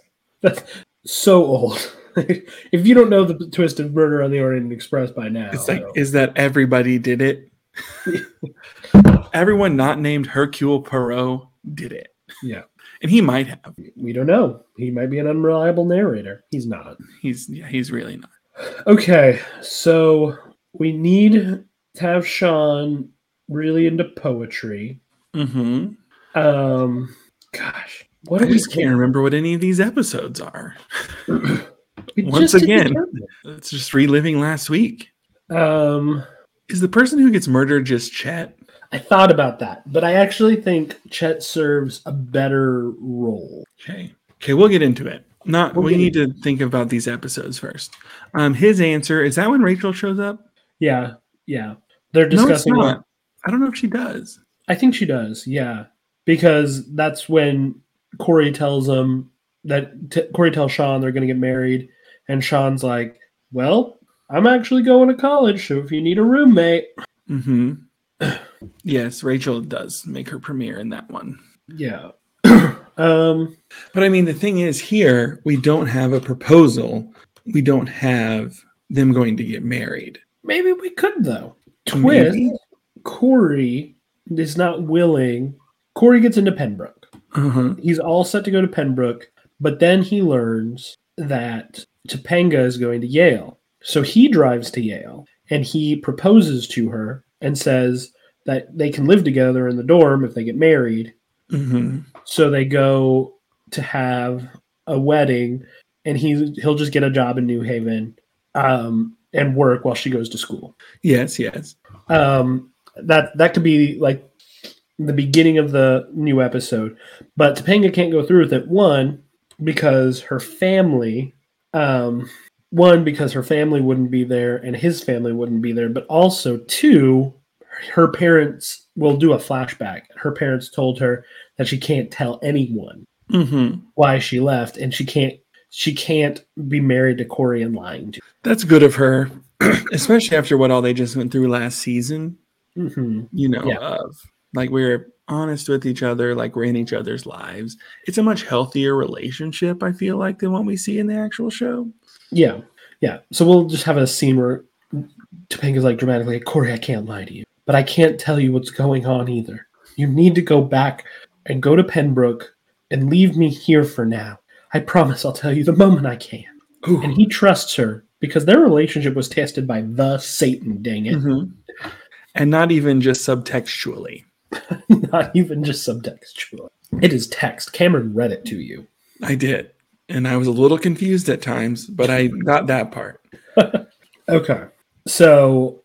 [SPEAKER 1] So old. if you don't know the twist of Murder on the Orient Express by now,
[SPEAKER 2] It's like, is that everybody did it? Everyone not named Hercule Poirot did it.
[SPEAKER 1] yeah,
[SPEAKER 2] And he might have.
[SPEAKER 1] we don't know. He might be an unreliable narrator. He's not.
[SPEAKER 2] He's yeah, he's really not.
[SPEAKER 1] Okay, so we need to have Sean really into poetry.
[SPEAKER 2] Mm-hmm.
[SPEAKER 1] Um, gosh, what
[SPEAKER 2] I
[SPEAKER 1] are we
[SPEAKER 2] just can't remember what any of these episodes are.
[SPEAKER 1] we
[SPEAKER 2] once
[SPEAKER 1] did
[SPEAKER 2] again.
[SPEAKER 1] determine.
[SPEAKER 2] It's just reliving last week.
[SPEAKER 1] Um,
[SPEAKER 2] Is the person who gets murdered just Chet?
[SPEAKER 1] I thought about that, but I actually think Chet serves a better role.
[SPEAKER 2] Okay. Okay, we'll get into it. Not
[SPEAKER 1] We'll
[SPEAKER 2] we
[SPEAKER 1] get
[SPEAKER 2] need to think about these episodes first. Um, his answer is that when Rachel shows up?
[SPEAKER 1] Yeah, yeah. They're
[SPEAKER 2] No, it's
[SPEAKER 1] discussing.
[SPEAKER 2] not. I don't know if she does.
[SPEAKER 1] I think she does. Yeah, because that's when Corey tells him that t- Corey tells Sean they're going to get married, and Sean's like, "Well, I'm actually going to college, so if you need a roommate,
[SPEAKER 2] Mm-hmm. yes, Rachel does make her premiere in that one.
[SPEAKER 1] yeah." um,
[SPEAKER 2] But I mean, the thing is, here we don't have a proposal. We don't have them going to get married.
[SPEAKER 1] maybe we could though. Twist:
[SPEAKER 2] Maybe.
[SPEAKER 1] Corey is not willing. Corey gets into Pembroke.
[SPEAKER 2] Uh-huh.
[SPEAKER 1] He's all set to go to Pembroke, but then he learns that Topanga is going to Yale. So he drives to Yale and he proposes to her and says that they can live together in the dorm if they get married.
[SPEAKER 2] Mm-hmm.
[SPEAKER 1] So they go to have a wedding and he he'll just get a job in New Haven um, and work while she goes to school.
[SPEAKER 2] Yes, yes.
[SPEAKER 1] Um, that that could be like the beginning of the new episode, but Topanga can't go through with it. One because her family, um, one because her family wouldn't be there and his family wouldn't be there, but also two, her parents will do a flashback. Her parents told her that she can't tell anyone
[SPEAKER 2] Mm-hmm.
[SPEAKER 1] why she left, and she can't she can't be married to Corey and lying to.
[SPEAKER 2] That's good of her, especially after what all they just went through last season.
[SPEAKER 1] Him. hmm
[SPEAKER 2] You know,
[SPEAKER 1] Yeah.
[SPEAKER 2] of like we're honest with each other, like we're in each other's lives. It's a much healthier relationship. I feel like than what we see in the actual show.
[SPEAKER 1] Yeah, yeah. So we'll just have a scene where Topanga's like dramatically, Corey, I can't lie to you, but I can't tell you what's going on either. You need to go back and go to Penbrook and leave me here for now. I promise I'll tell you the moment I can.
[SPEAKER 2] Ooh.
[SPEAKER 1] And he trusts her because their relationship was tested by the Satan, dang it.
[SPEAKER 2] Mhm. And not even just subtextually.
[SPEAKER 1] Not even just subtextual. It is text. Cameron read it to you.
[SPEAKER 2] I did. And I was a little confused at times, but I got that part.
[SPEAKER 1] Okay. So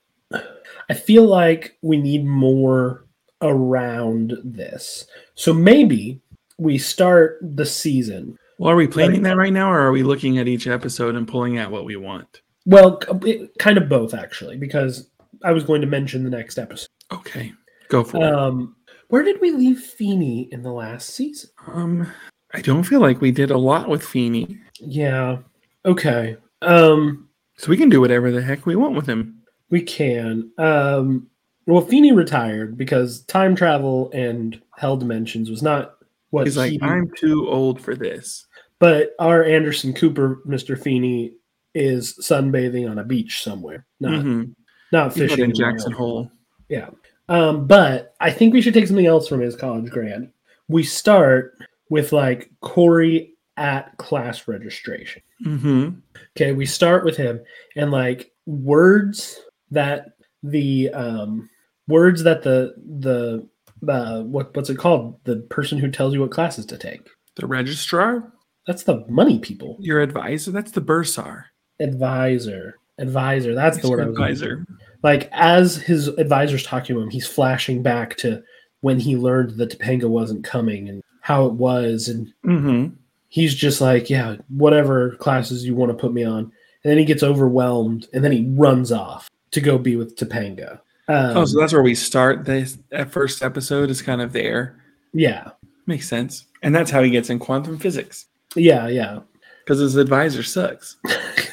[SPEAKER 1] I feel like we need more around this. So maybe we start the season.
[SPEAKER 2] Well, are we planning that right now, or are we looking at each episode and pulling out what we want?
[SPEAKER 1] Well, c- it- kind of both actually because I was going to mention the next episode.
[SPEAKER 2] Okay. Go for it.
[SPEAKER 1] Um, where did we leave Feeney in the last season?
[SPEAKER 2] Um, I don't feel like we did a lot with Feeny,
[SPEAKER 1] Yeah. Okay. Um,
[SPEAKER 2] so we can do whatever the heck we want with him.
[SPEAKER 1] we can. Um, well, Feeney retired because time travel and hell dimensions was not what
[SPEAKER 2] He's like,
[SPEAKER 1] he-
[SPEAKER 2] I'm too old for this.
[SPEAKER 1] But our Anderson Cooper, Mr. Feeney, is sunbathing on a beach somewhere, not
[SPEAKER 2] Mhm.
[SPEAKER 1] not
[SPEAKER 2] He's not
[SPEAKER 1] fishing
[SPEAKER 2] in
[SPEAKER 1] in
[SPEAKER 2] Jackson
[SPEAKER 1] Wyoming.
[SPEAKER 2] Hole.
[SPEAKER 1] Um, but I think we should take something else from his college grad. We start with like Corey at class registration.
[SPEAKER 2] hmm
[SPEAKER 1] Okay, we start with him and like words that the um words that the the uh, what what's it called? The person who tells you what classes to take.
[SPEAKER 2] The registrar,
[SPEAKER 1] That's the money people.
[SPEAKER 2] your advisor. That's the bursar.
[SPEAKER 1] Advisor. Advisor. That's the word I was looking for.
[SPEAKER 2] advisor.
[SPEAKER 1] like as his advisor's talking to him, he's flashing back to when he learned that Topanga wasn't coming and how it was, and
[SPEAKER 2] hmm
[SPEAKER 1] Um, he's just like, "Yeah, whatever classes you want to put me on." And then he gets overwhelmed, and then he runs off to go be with Topanga. Um,
[SPEAKER 2] oh, so that's where we start. This that first episode is kind of there.
[SPEAKER 1] yeah,
[SPEAKER 2] Makes sense. And that's how he gets in quantum physics
[SPEAKER 1] yeah, yeah.
[SPEAKER 2] because his advisor sucks.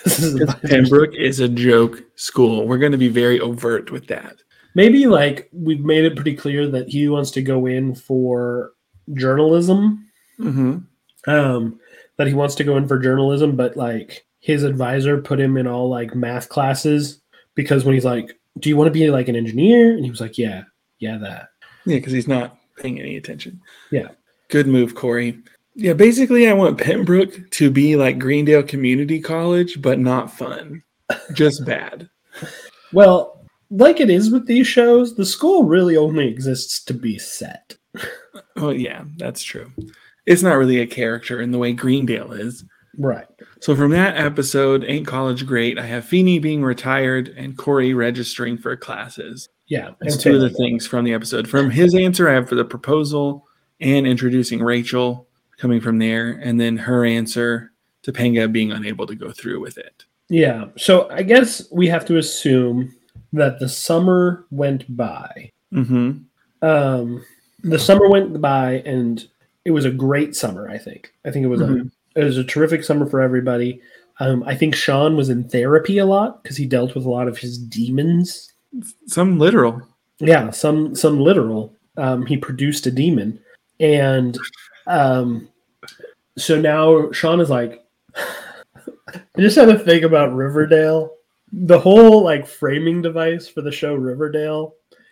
[SPEAKER 1] This is
[SPEAKER 2] Because Pembroke is a joke school. We're going to be very overt with that.
[SPEAKER 1] Maybe like we've made it pretty clear that he wants to go in for journalism
[SPEAKER 2] Mm-hmm.
[SPEAKER 1] um that he wants to go in for journalism but like his advisor put him in all like math classes because when he's like do you want to be like an engineer and he was like yeah yeah that
[SPEAKER 2] Yeah, because he's not paying any attention.
[SPEAKER 1] Yeah.
[SPEAKER 2] Good move, Corey. Yeah, basically, I want Pembroke to be like Greendale Community College, but not fun, just bad.
[SPEAKER 1] well like it is with these shows the school really only exists to be set
[SPEAKER 2] Oh, yeah, that's true. It's not really a character in the way Greendale is.
[SPEAKER 1] right
[SPEAKER 2] So from that episode, Ain't College Great, I have Feeney being retired and Corey registering for classes.
[SPEAKER 1] yeah
[SPEAKER 2] That's
[SPEAKER 1] and
[SPEAKER 2] two of the
[SPEAKER 1] failing.
[SPEAKER 2] things from the episode. From his answer, I have for the proposal and introducing Rachel coming from there, and then her answer to Panga being unable to go through with it.
[SPEAKER 1] yeah so i guess we have to assume that the summer went by
[SPEAKER 2] hmm
[SPEAKER 1] um the summer went by and it was a great summer i think i think it was
[SPEAKER 2] Mhm.
[SPEAKER 1] a it was a terrific summer for everybody um i think sean was in therapy a lot because he dealt with a lot of his demons
[SPEAKER 2] Some literal.
[SPEAKER 1] yeah some some literal um he produced a demon and um so now sean is like i just had a thing about riverdale the whole like framing device for the show riverdale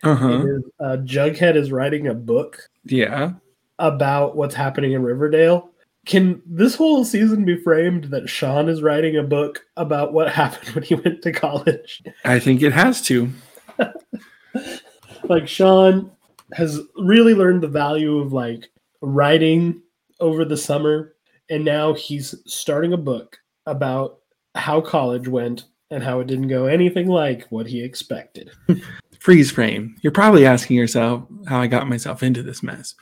[SPEAKER 2] Uh-huh.
[SPEAKER 1] is, uh, jughead is writing a book
[SPEAKER 2] Yeah.
[SPEAKER 1] about what's happening in Riverdale. Can this whole season be framed that Sean is writing a book about what happened when he went to college?
[SPEAKER 2] I think it has to.
[SPEAKER 1] Like Sean has really learned the value of like writing over the summer and now he's starting a book about how college went and how it didn't go anything like what he expected.
[SPEAKER 2] Freeze frame. You're probably asking yourself how I got myself into this mess.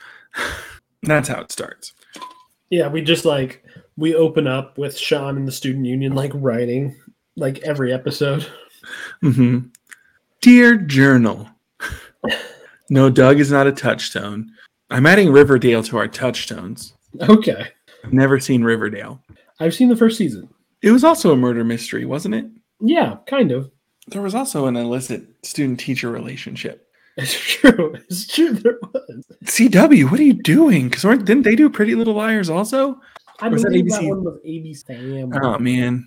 [SPEAKER 2] That's how it starts.
[SPEAKER 1] Yeah, we just like we open up with Sean and the student union like writing like every episode.
[SPEAKER 2] hmm Dear Journal, no, Doug is not a touchstone. I'm adding Riverdale to our touchstones.
[SPEAKER 1] Okay.
[SPEAKER 2] I've never seen Riverdale.
[SPEAKER 1] I've seen the first season.
[SPEAKER 2] It was also a murder mystery, wasn't it?
[SPEAKER 1] Yeah, kind of.
[SPEAKER 2] There was also an illicit student teacher relationship.
[SPEAKER 1] It's true. It's true. There was.
[SPEAKER 2] CW, what are you doing? Because didn't they do Pretty Little Liars also?
[SPEAKER 1] I
[SPEAKER 2] Was that
[SPEAKER 1] believe that,
[SPEAKER 2] ABC?
[SPEAKER 1] one was ABC. Family.
[SPEAKER 2] Oh, man.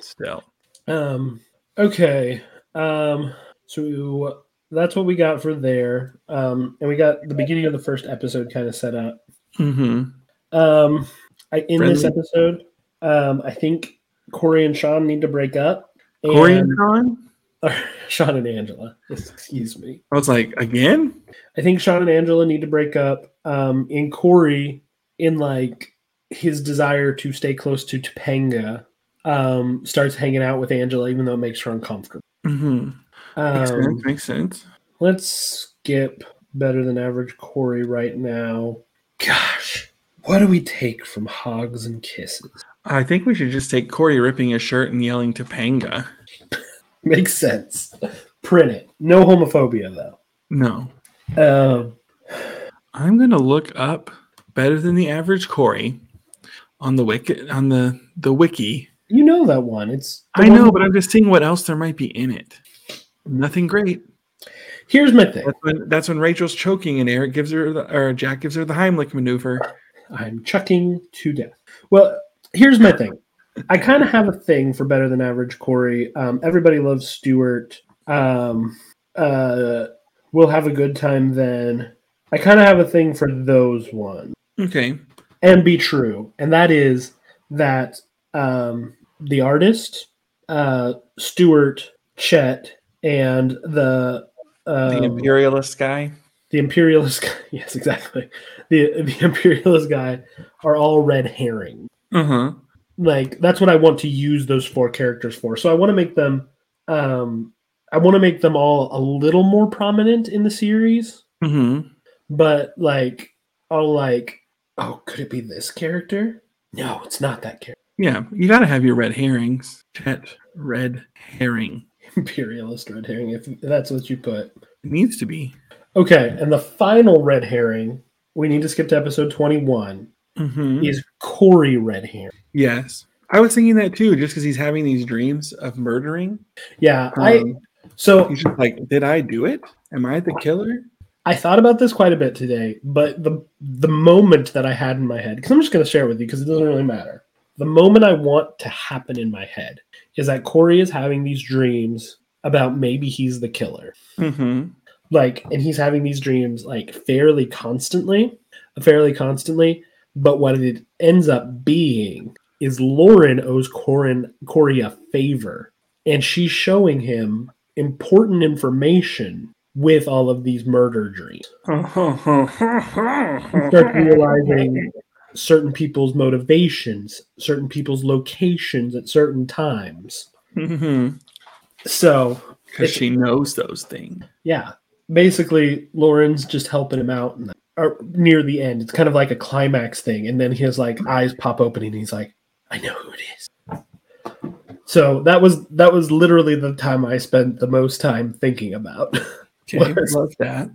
[SPEAKER 2] Still.
[SPEAKER 1] Um. Okay. Um. So that's what we got for there. Um. And we got the beginning of the first episode kind of set up.
[SPEAKER 2] hmm
[SPEAKER 1] Um. I in this
[SPEAKER 2] Friendly.
[SPEAKER 1] episode, um, I think Corey and Sean need to break up. And,
[SPEAKER 2] Corey and Sean?
[SPEAKER 1] Sean and Angela. Excuse me.
[SPEAKER 2] I was like, again?
[SPEAKER 1] I think Sean and Angela need to break up. Um, and Corey, in like his desire to stay close to Topanga, um, starts hanging out with Angela, even though it makes her uncomfortable.
[SPEAKER 2] hmm Makes
[SPEAKER 1] Um,
[SPEAKER 2] sense. Makes sense.
[SPEAKER 1] let's skip better than average Corey right now. Gosh, what do we take from Hogs and Kisses?
[SPEAKER 2] I think we should just take Corey ripping his shirt and yelling Topanga.
[SPEAKER 1] Makes sense. Print it. No homophobia though.
[SPEAKER 2] No.
[SPEAKER 1] Um,
[SPEAKER 2] I'm gonna look up better than the average Corey on the wiki on the the wiki.
[SPEAKER 1] you know that one. It's the
[SPEAKER 2] I
[SPEAKER 1] one-
[SPEAKER 2] know, but I'm just seeing what else there might be in it. Nothing great.
[SPEAKER 1] Here's my thing.
[SPEAKER 2] That's when that's when Rachel's choking and Eric gives her the, or Jack gives her the Heimlich maneuver.
[SPEAKER 1] I'm chucking to death. Well, here's my thing. I kind of have a thing for better than average Corey. Um, everybody loves Stewart. Um, uh, we'll have a good time then. I kind of have a thing for those ones
[SPEAKER 2] Okay.
[SPEAKER 1] and be true, and that is that um, the artist, uh, Stewart, Chet, and the
[SPEAKER 2] the
[SPEAKER 1] um,
[SPEAKER 2] imperialist guy.
[SPEAKER 1] the imperialist guy, yes exactly the the imperialist guy are all red herring
[SPEAKER 2] Uh-huh.
[SPEAKER 1] like that's what i want to use those four characters for so i want to make them um i want to make them all a little more prominent in the series
[SPEAKER 2] Mm-hmm.
[SPEAKER 1] but like i'll like oh could it be this character no it's not that character
[SPEAKER 2] Yeah, you gotta have your red herrings. Chet red herring.
[SPEAKER 1] imperialist red herring if that's what you put
[SPEAKER 2] It needs to be.
[SPEAKER 1] okay and the final red herring we need to skip to episode 21
[SPEAKER 2] Mm-hmm.
[SPEAKER 1] is corey red herring
[SPEAKER 2] Yes. I was thinking that too, just because he's having these dreams of murdering.
[SPEAKER 1] yeah i
[SPEAKER 2] Um,
[SPEAKER 1] so
[SPEAKER 2] he's just like, did I do it? Am I the killer?
[SPEAKER 1] I thought about this quite a bit today, but the the moment that I had in my head, because I'm just going to share it with you because it doesn't really matter. The moment I want to happen in my head is that Corey is having these dreams about maybe he's the killer.
[SPEAKER 2] Mm-hmm.
[SPEAKER 1] Like, and he's having these dreams like fairly constantly, fairly constantly. But what it ends up being is Lauren owes Corin, Corey a favor, and she's showing him important information with all of these murder dreams start realizing certain people's motivations, certain people's locations at certain times.
[SPEAKER 2] Because
[SPEAKER 1] So, It's-
[SPEAKER 2] she knows those things.
[SPEAKER 1] yeah, basically, Lauren's just helping him out and or near the end. It's kind of like a climax thing. And then his like eyes pop open and he's like, I know who it is. So that was that was literally the time I spent the most time thinking about
[SPEAKER 2] Okay,
[SPEAKER 1] What?
[SPEAKER 2] love that.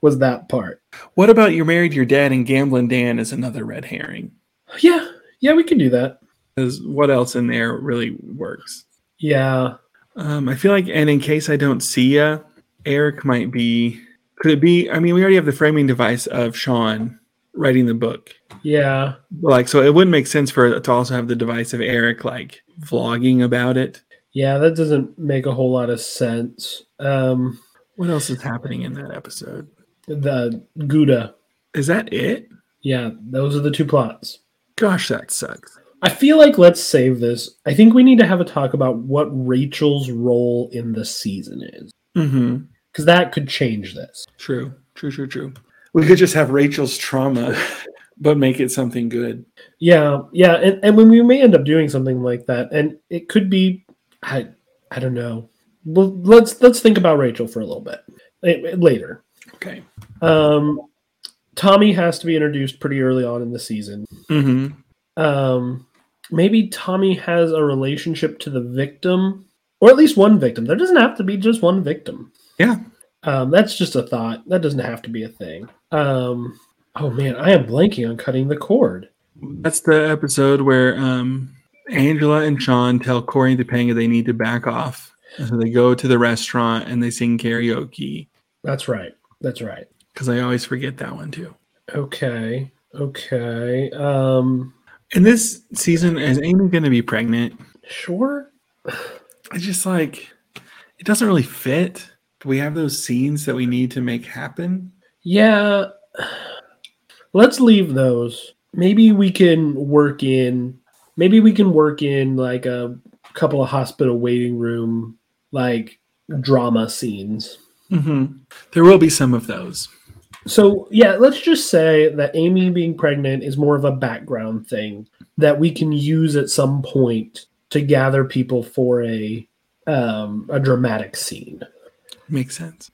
[SPEAKER 1] was that part.
[SPEAKER 2] What about you're married to your dad and gambling Dan is another red herring?
[SPEAKER 1] Yeah, yeah, we can do that.
[SPEAKER 2] Because what else in there really works?
[SPEAKER 1] Yeah,
[SPEAKER 2] Um, I feel like, and in case I don't see ya, Eric might be. Could it be? I mean, we already have the framing device of Sean writing the book.
[SPEAKER 1] yeah.
[SPEAKER 2] Like, so it wouldn't make sense for it to also have the device of Eric like vlogging about it.
[SPEAKER 1] Yeah, that doesn't make a whole lot of sense. Um,
[SPEAKER 2] What else is happening in that episode?
[SPEAKER 1] the Gouda.
[SPEAKER 2] Is that it?
[SPEAKER 1] Yeah, those are the two plots.
[SPEAKER 2] Gosh, that sucks.
[SPEAKER 1] I feel like let's save this. I think we need to have a talk about what Rachel's role in the season is,
[SPEAKER 2] Mm-hmm.
[SPEAKER 1] because that could change this.
[SPEAKER 2] True. True. True. True. We could just have Rachel's trauma, but make it something good.
[SPEAKER 1] Yeah, yeah, and, and when we may end up doing something like that, and it could be, I, I don't know. Well, let's let's think about Rachel for a little bit eh, eh, later.
[SPEAKER 2] Okay.
[SPEAKER 1] Um, Tommy has to be introduced pretty early on in the season.
[SPEAKER 2] Mm-hmm.
[SPEAKER 1] um maybe tommy has a relationship to the victim or at least one victim there doesn't have to be just one victim
[SPEAKER 2] Yeah.
[SPEAKER 1] um that's just a thought that doesn't have to be a thing um oh man i am blanking on cutting the cord
[SPEAKER 2] That's the episode where um, Angela and Sean tell Corey and Topanga they need to back off. And so they go to the restaurant and they sing karaoke.
[SPEAKER 1] that's right that's right
[SPEAKER 2] Because I always forget that one too.
[SPEAKER 1] okay okay um
[SPEAKER 2] And this season, is Amy going to be pregnant?
[SPEAKER 1] sure
[SPEAKER 2] It's just like, it doesn't really fit. But we have those scenes that we need to make happen.
[SPEAKER 1] yeah let's leave those maybe we can work in maybe we can work in like a couple of hospital waiting room like drama scenes
[SPEAKER 2] Mm-hmm. There will be some of those.
[SPEAKER 1] so yeah let's just say that amy being pregnant is more of a background thing that we can use at some point to gather people for a um, a dramatic scene
[SPEAKER 2] Makes sense.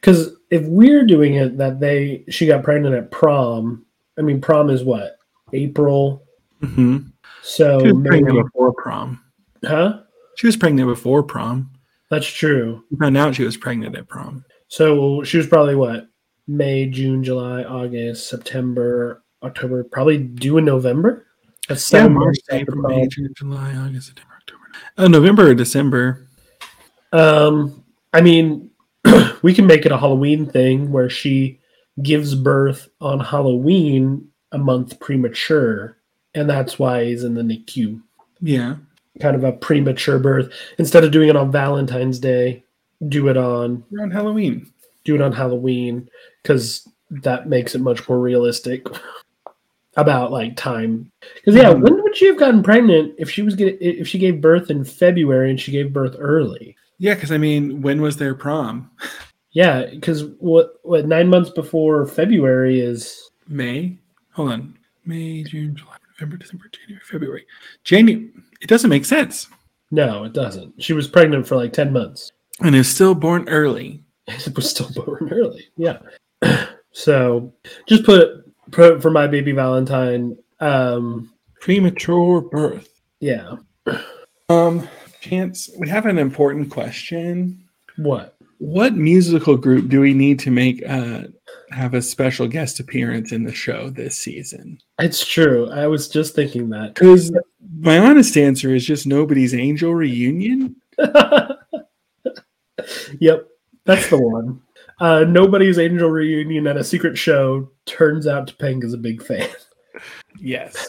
[SPEAKER 1] because if we're doing it that they she got pregnant at prom i mean prom is what april
[SPEAKER 2] Mm-hmm.
[SPEAKER 1] so
[SPEAKER 2] She was
[SPEAKER 1] maybe,
[SPEAKER 2] pregnant before prom.
[SPEAKER 1] huh
[SPEAKER 2] She was pregnant before prom.
[SPEAKER 1] That's true.
[SPEAKER 2] We found out she was pregnant at prom.
[SPEAKER 1] So she was probably what May, June, July, August, September, October, probably due in November. That's
[SPEAKER 2] Yeah,
[SPEAKER 1] seven
[SPEAKER 2] March,
[SPEAKER 1] months after
[SPEAKER 2] April, May,
[SPEAKER 1] college.
[SPEAKER 2] June, July, August, September, October. Uh, November or December.
[SPEAKER 1] Um, I mean, we can make it a Halloween thing where she gives birth on Halloween a month premature, and that's why he's in the NICU.
[SPEAKER 2] Yeah.
[SPEAKER 1] Kind of a premature birth. Instead of doing it on Valentine's Day, do it on
[SPEAKER 2] Around Halloween.
[SPEAKER 1] do it on Halloween because that makes it much more realistic about like time. Because yeah,
[SPEAKER 2] Mhm.
[SPEAKER 1] when would she have gotten pregnant if she was get, if she gave birth in February and she gave birth early?
[SPEAKER 2] Yeah, because I mean, when was their prom?
[SPEAKER 1] Yeah, because what what nine months before February is
[SPEAKER 2] May. Hold on. May, June, July, November, December, January, February. January. It doesn't make sense.
[SPEAKER 1] no, it doesn't. She was pregnant for like ten months.
[SPEAKER 2] And is still born early.
[SPEAKER 1] It was still born early. Yeah. So just put put for my baby Valentine. Um
[SPEAKER 2] Premature birth.
[SPEAKER 1] yeah.
[SPEAKER 2] Um, Chance, we have an important question.
[SPEAKER 1] What?
[SPEAKER 2] What musical group do we need to make uh have a special guest appearance in the show this season?
[SPEAKER 1] It's true. I was just thinking that.
[SPEAKER 2] Because my honest answer is just nobody's angel reunion.
[SPEAKER 1] yep. That's the one. Uh nobody's angel reunion at a secret show turns out Topanga's a big fan.
[SPEAKER 2] Yes.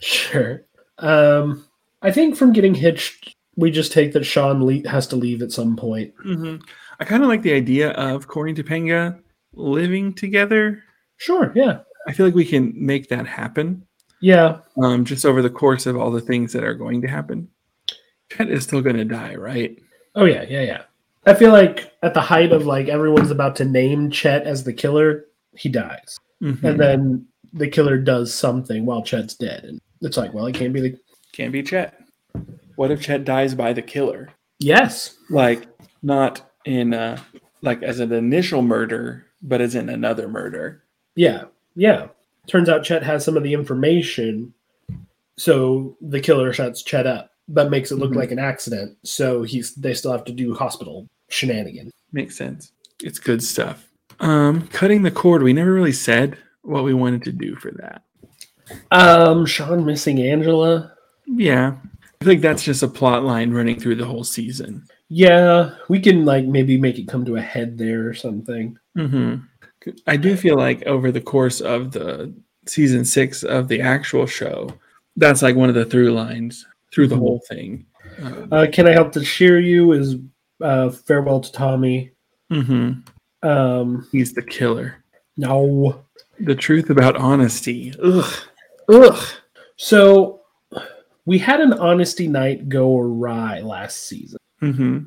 [SPEAKER 1] Sure. Um, I think from getting hitched, we just take that Sean le- has to leave at some point.
[SPEAKER 2] Mhm. I kind of like the idea of Corey and Topanga living together.
[SPEAKER 1] Sure. Yeah.
[SPEAKER 2] I feel like we can make that happen
[SPEAKER 1] Yeah.
[SPEAKER 2] um, just over the course of all the things that are going to happen. Chet is still going to die, right?
[SPEAKER 1] Oh yeah. Yeah. Yeah. I feel like at the height of like everyone's about to name Chet as the killer, he dies,
[SPEAKER 2] Mhm.
[SPEAKER 1] and then the killer does something while Chet's dead, and it's like, well, it can't be the
[SPEAKER 2] Can't be Chet. What if Chet dies by the killer?
[SPEAKER 1] yes.
[SPEAKER 2] Like not in uh like as an initial murder, but as in another murder.
[SPEAKER 1] Yeah. Yeah. Turns out Chet has some of the information. So the killer shuts Chet up, but makes it look
[SPEAKER 2] Mhm.
[SPEAKER 1] like an accident. So he's they still have to do hospital shenanigans.
[SPEAKER 2] Makes sense. It's good stuff. Um cutting the cord, we never really said what we wanted to do for that.
[SPEAKER 1] Um, Sean missing Angela.
[SPEAKER 2] Yeah. I think that's just a plot line running through the whole season.
[SPEAKER 1] Yeah, we can like maybe make it come to a head there or something.
[SPEAKER 2] hmm I do feel like over the course of the season six of the actual show, that's like one of the through lines through the
[SPEAKER 1] Mhm.
[SPEAKER 2] whole thing. Um,
[SPEAKER 1] Uh, can I help to cheer you? Is uh, farewell to Tommy.
[SPEAKER 2] mhm.
[SPEAKER 1] Um,
[SPEAKER 2] He's the killer.
[SPEAKER 1] no.
[SPEAKER 2] The truth about honesty. Ugh.
[SPEAKER 1] Ugh. So we had an honesty night go awry last season.
[SPEAKER 2] hmm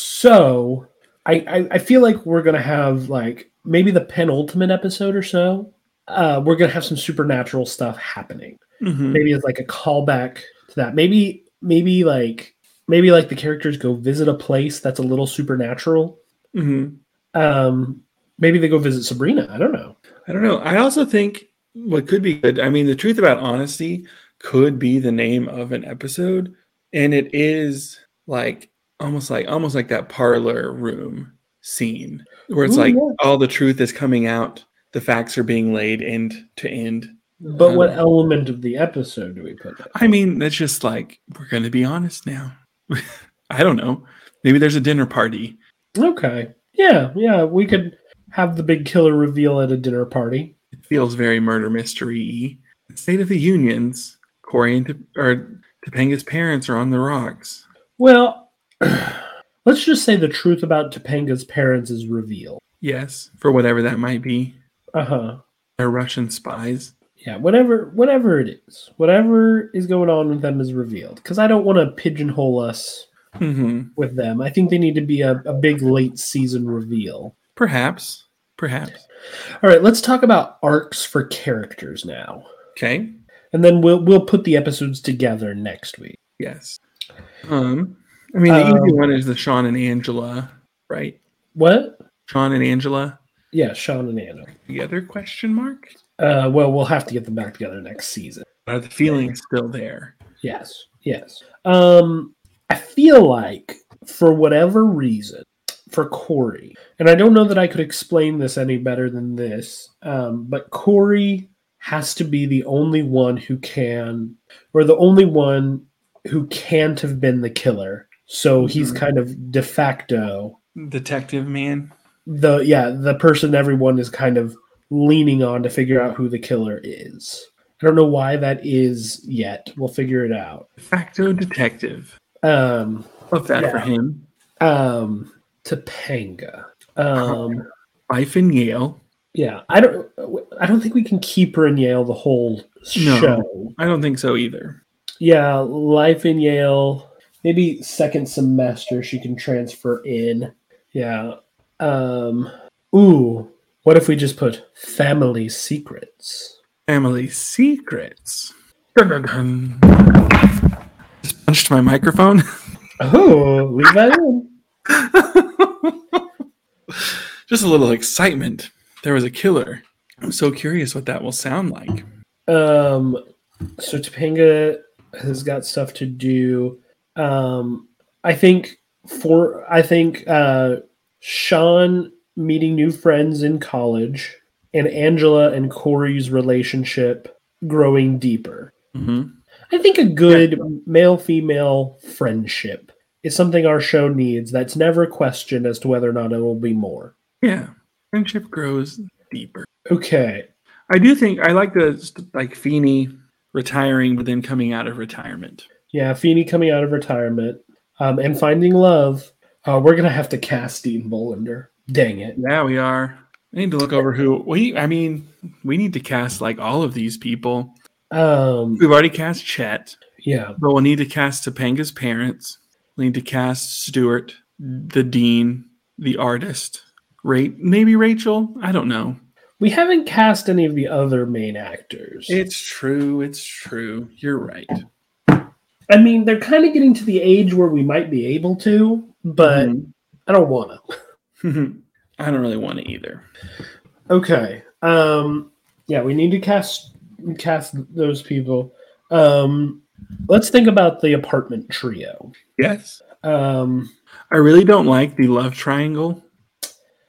[SPEAKER 1] So I, I I feel like we're gonna have like maybe the penultimate episode or so. Uh, we're gonna have some supernatural stuff happening.
[SPEAKER 2] hmm
[SPEAKER 1] Maybe it's like a callback to that. Maybe maybe like maybe like the characters go visit a place that's a little supernatural.
[SPEAKER 2] hmm
[SPEAKER 1] Um, maybe they go visit Sabrina. I don't know.
[SPEAKER 2] I don't know. I also think what could be good. I mean, the truth about honesty could be the name of an episode, and it is like almost like almost like that parlor room scene where it's
[SPEAKER 1] Ooh,
[SPEAKER 2] like
[SPEAKER 1] yeah.
[SPEAKER 2] all the truth is coming out, the facts are being laid end to end.
[SPEAKER 1] But what
[SPEAKER 2] Mhm.
[SPEAKER 1] element of the episode do we put? That?
[SPEAKER 2] I mean, that's just like we're going to be honest now. I don't know. Maybe there's a dinner party.
[SPEAKER 1] Okay. Yeah, yeah. We could have the big killer reveal at a dinner party.
[SPEAKER 2] It feels very murder mystery. State of the unions. Corey and Top- or Topanga's parents are on the rocks.
[SPEAKER 1] Well, let's just say the truth about Topanga's parents is revealed.
[SPEAKER 2] Yes, for whatever that might be.
[SPEAKER 1] Uh huh.
[SPEAKER 2] They're Russian spies.
[SPEAKER 1] Yeah, whatever, whatever it is, whatever is going on with them is revealed. Because I don't want to pigeonhole us
[SPEAKER 2] hmm
[SPEAKER 1] with them. I think they need to be a, a big late season reveal.
[SPEAKER 2] Perhaps. Perhaps.
[SPEAKER 1] All right, let's talk about arcs for characters now,
[SPEAKER 2] Okay.
[SPEAKER 1] and then we'll we'll put the episodes together next week.
[SPEAKER 2] Yes. Um, I mean, the easy
[SPEAKER 1] Um,
[SPEAKER 2] one is the Sean and Angela, right?
[SPEAKER 1] What?
[SPEAKER 2] Sean and Angela
[SPEAKER 1] Yeah, Sean and Anna.
[SPEAKER 2] together? Question mark.
[SPEAKER 1] Uh, well, we'll have to get them back together next season.
[SPEAKER 2] Are the feelings still there?
[SPEAKER 1] Yes, yes. Um, I feel like for whatever reason, for Corey. And I don't know that I could explain this any better than this, um, but Corey has to be the only one who can, or the only one who can't have been the killer. So he's
[SPEAKER 2] Mhm.
[SPEAKER 1] kind of de facto
[SPEAKER 2] Detective man.
[SPEAKER 1] the yeah the person everyone is kind of leaning on to figure out who the killer is. I don't know why that is yet. We'll figure it out.
[SPEAKER 2] Facto detective.
[SPEAKER 1] Um,
[SPEAKER 2] Love that for
[SPEAKER 1] Yeah.
[SPEAKER 2] him.
[SPEAKER 1] um, Topanga. Um,
[SPEAKER 2] Life in Yale.
[SPEAKER 1] yeah, I don't. I don't think we can keep her in Yale the whole show.
[SPEAKER 2] I don't think so either.
[SPEAKER 1] Yeah, life in Yale. Maybe second semester she can transfer in. Yeah. Um. Ooh, what if we just put family secrets?
[SPEAKER 2] Family secrets. Dun, dun, dun. Just punched my microphone.
[SPEAKER 1] Oh, leave that in.
[SPEAKER 2] Just a little excitement. There was a killer. I'm so curious what that will sound like.
[SPEAKER 1] Um, so Topanga has got stuff to do. Um, I think for I think uh, Sean meeting new friends in college and Angela and Corey's relationship growing deeper.
[SPEAKER 2] Mhm.
[SPEAKER 1] I think a good male female friendship is something our show needs. That's never questioned as to whether or not it will be more.
[SPEAKER 2] Yeah, friendship grows deeper.
[SPEAKER 1] Okay.
[SPEAKER 2] I do think I like the like Feeney retiring, but then coming out of retirement.
[SPEAKER 1] Yeah, Feeney coming out of retirement um, and finding love. Uh, we're gonna have to cast Dean Bolander. Dang it!
[SPEAKER 2] Yeah, we are. I need to look over who we. I mean, we need to cast like all of these people.
[SPEAKER 1] Um,
[SPEAKER 2] We've already cast Chet,
[SPEAKER 1] yeah,
[SPEAKER 2] but we'll need to cast Topanga's parents. We need to cast Stuart, the dean, the artist. Rate maybe Rachel. I don't know.
[SPEAKER 1] we haven't cast any of the other main actors.
[SPEAKER 2] It's true. It's true. You're right.
[SPEAKER 1] I mean, they're kind of getting to the age where we might be able to, but
[SPEAKER 2] Mm-hmm.
[SPEAKER 1] I don't wanna.
[SPEAKER 2] Mhm. I don't really want to either.
[SPEAKER 1] Okay. Um, yeah, we need to cast cast those people. Um, let's think about the apartment trio.
[SPEAKER 2] Yes.
[SPEAKER 1] Um,
[SPEAKER 2] I really don't like the love triangle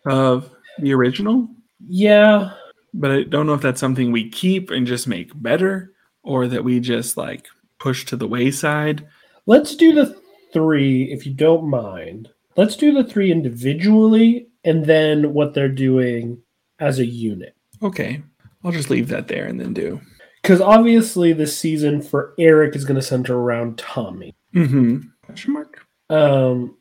[SPEAKER 2] of the original,
[SPEAKER 1] yeah,
[SPEAKER 2] but I don't know if that's something we keep and just make better or that we just like push to the wayside.
[SPEAKER 1] Let's do the three, if you don't mind. Let's do the three individually and then what they're doing as a unit.
[SPEAKER 2] Okay, I'll just leave that there and then do.
[SPEAKER 1] Because obviously, this season for Eric is going to center around Tommy.
[SPEAKER 2] Mm-hmm. Question mark.
[SPEAKER 1] Um,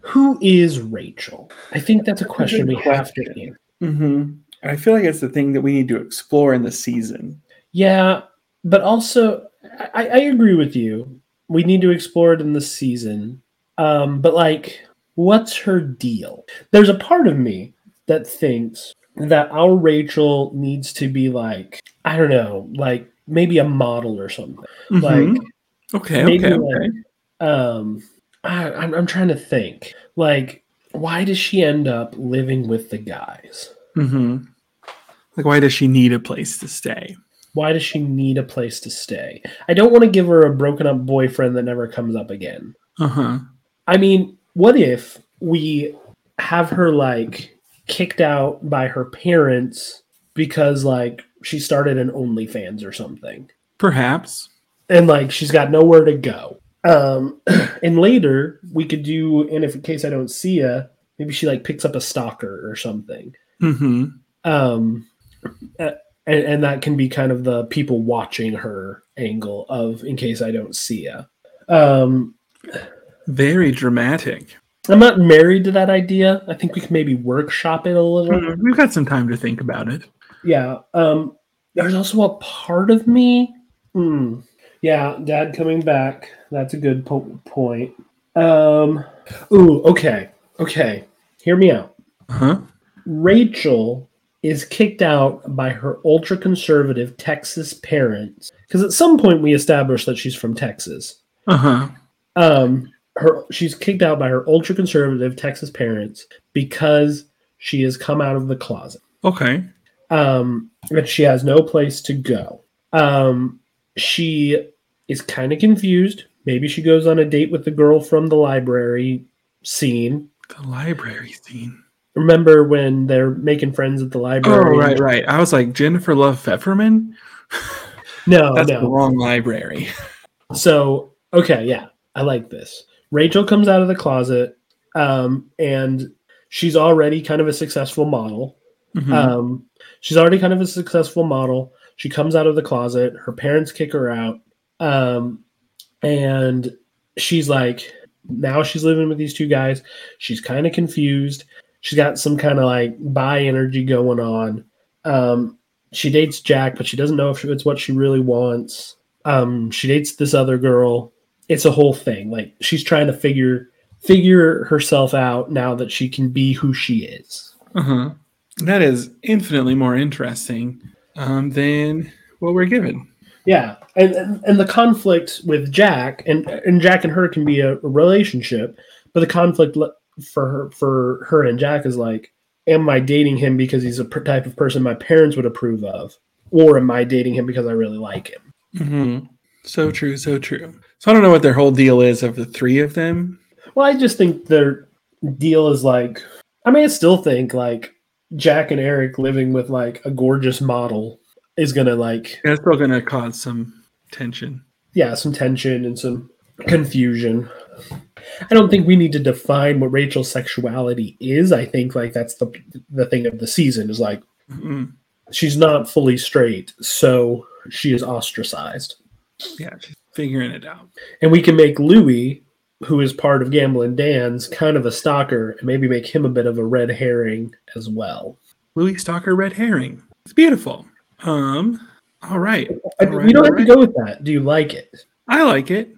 [SPEAKER 1] who is Rachel? I think that's a question we have to answer.
[SPEAKER 2] Mm-hmm. I feel like it's the thing that we need to explore in the season.
[SPEAKER 1] Yeah, but also, I, I agree with you. We need to explore it in the season. Um, but like, what's her deal? There's a part of me that thinks that our Rachel needs to be like, I don't know, like maybe a model or something.
[SPEAKER 2] Mhm.
[SPEAKER 1] Like,
[SPEAKER 2] okay,
[SPEAKER 1] maybe
[SPEAKER 2] okay,
[SPEAKER 1] like-
[SPEAKER 2] okay.
[SPEAKER 1] um, I, I'm, I'm trying to think. Like, why does she end up living with the guys?
[SPEAKER 2] Mm-hmm. Like, why does she need a place to stay?
[SPEAKER 1] Why does she need a place to stay? I don't want to give her a broken up boyfriend that never comes up again.
[SPEAKER 2] Uh huh.
[SPEAKER 1] I mean, what if we have her like kicked out by her parents because like she started an OnlyFans or something?
[SPEAKER 2] Perhaps.
[SPEAKER 1] And like she's got nowhere to go. Um and later we could do and if in case I don't see ya, maybe she like picks up a stalker or something.
[SPEAKER 2] Mm-hmm.
[SPEAKER 1] Um uh, and, and that can be kind of the people watching her angle of in case I don't see ya. Um
[SPEAKER 2] Very dramatic.
[SPEAKER 1] I'm not married to that idea. I think we can maybe workshop it a little.
[SPEAKER 2] Mm, We've got some time to think about it.
[SPEAKER 1] Yeah. Um. There's also a part of me. Mm, yeah. Dad coming back. That's a good po- point. Um. Ooh. Okay. Okay. Hear me out.
[SPEAKER 2] Huh?
[SPEAKER 1] Rachel is kicked out by her ultra conservative Texas parents because at some point we established that she's from Texas.
[SPEAKER 2] Uh huh.
[SPEAKER 1] um her she's kicked out by her ultra conservative texas parents because she has come out of the closet
[SPEAKER 2] Okay.
[SPEAKER 1] um but she has no place to go um she is kind of confused maybe she goes on a date with the girl from the library scene
[SPEAKER 2] The library scene.
[SPEAKER 1] Remember when they're making friends at the
[SPEAKER 2] Oh,
[SPEAKER 1] library?
[SPEAKER 2] right, right. I was like Jennifer Love Pfefferman.
[SPEAKER 1] No,
[SPEAKER 2] That's
[SPEAKER 1] no.
[SPEAKER 2] the wrong library.
[SPEAKER 1] So, okay, yeah, I like this. Rachel comes out of the closet, um, and she's already kind of a successful model.
[SPEAKER 2] Mhm.
[SPEAKER 1] Um, she's already kind of a successful model. She comes out of the closet. Her parents kick her out, um, and she's like, now she's living with these two guys. She's kind of confused. She's got some kind of like bi energy going on. Um, she dates Jack, but she doesn't know if it's what she really wants. Um, she dates this other girl. It's a whole thing. Like she's trying to figure figure herself out now that she can be who she is.
[SPEAKER 2] Uh-huh. That is infinitely more interesting um, than what we're given.
[SPEAKER 1] Yeah, and, and and the conflict with Jack and and Jack and her can be a, a relationship, but the conflict le- for her for her and Jack is like, am I dating him because he's a per- type of person my parents would approve of, or am I dating him because I really like him?
[SPEAKER 2] Mm-hmm. So true, so true. So I don't know what their whole deal is of the three of them.
[SPEAKER 1] Well, I just think their deal is like, I mean, I still think like Jack and Eric living with like a gorgeous model is gonna like
[SPEAKER 2] That's still going to cause some tension.
[SPEAKER 1] yeah, some tension and some confusion. I don't think we need to define what Rachel's sexuality is. I think like that's the the thing of the season is like
[SPEAKER 2] Mm-mm.
[SPEAKER 1] she's not fully straight, so she is ostracized.
[SPEAKER 2] Yeah, she's figuring it out.
[SPEAKER 1] And we can make Louis, who is part of Gamblin' Dan's, kind of a stalker, and maybe make him a bit of a red herring as well.
[SPEAKER 2] Louis Stalker Red Herring. It's beautiful. Um, all right.
[SPEAKER 1] I-
[SPEAKER 2] All right,
[SPEAKER 1] we don't
[SPEAKER 2] all
[SPEAKER 1] have
[SPEAKER 2] right.
[SPEAKER 1] to go with that. Do you like it?
[SPEAKER 2] I like it.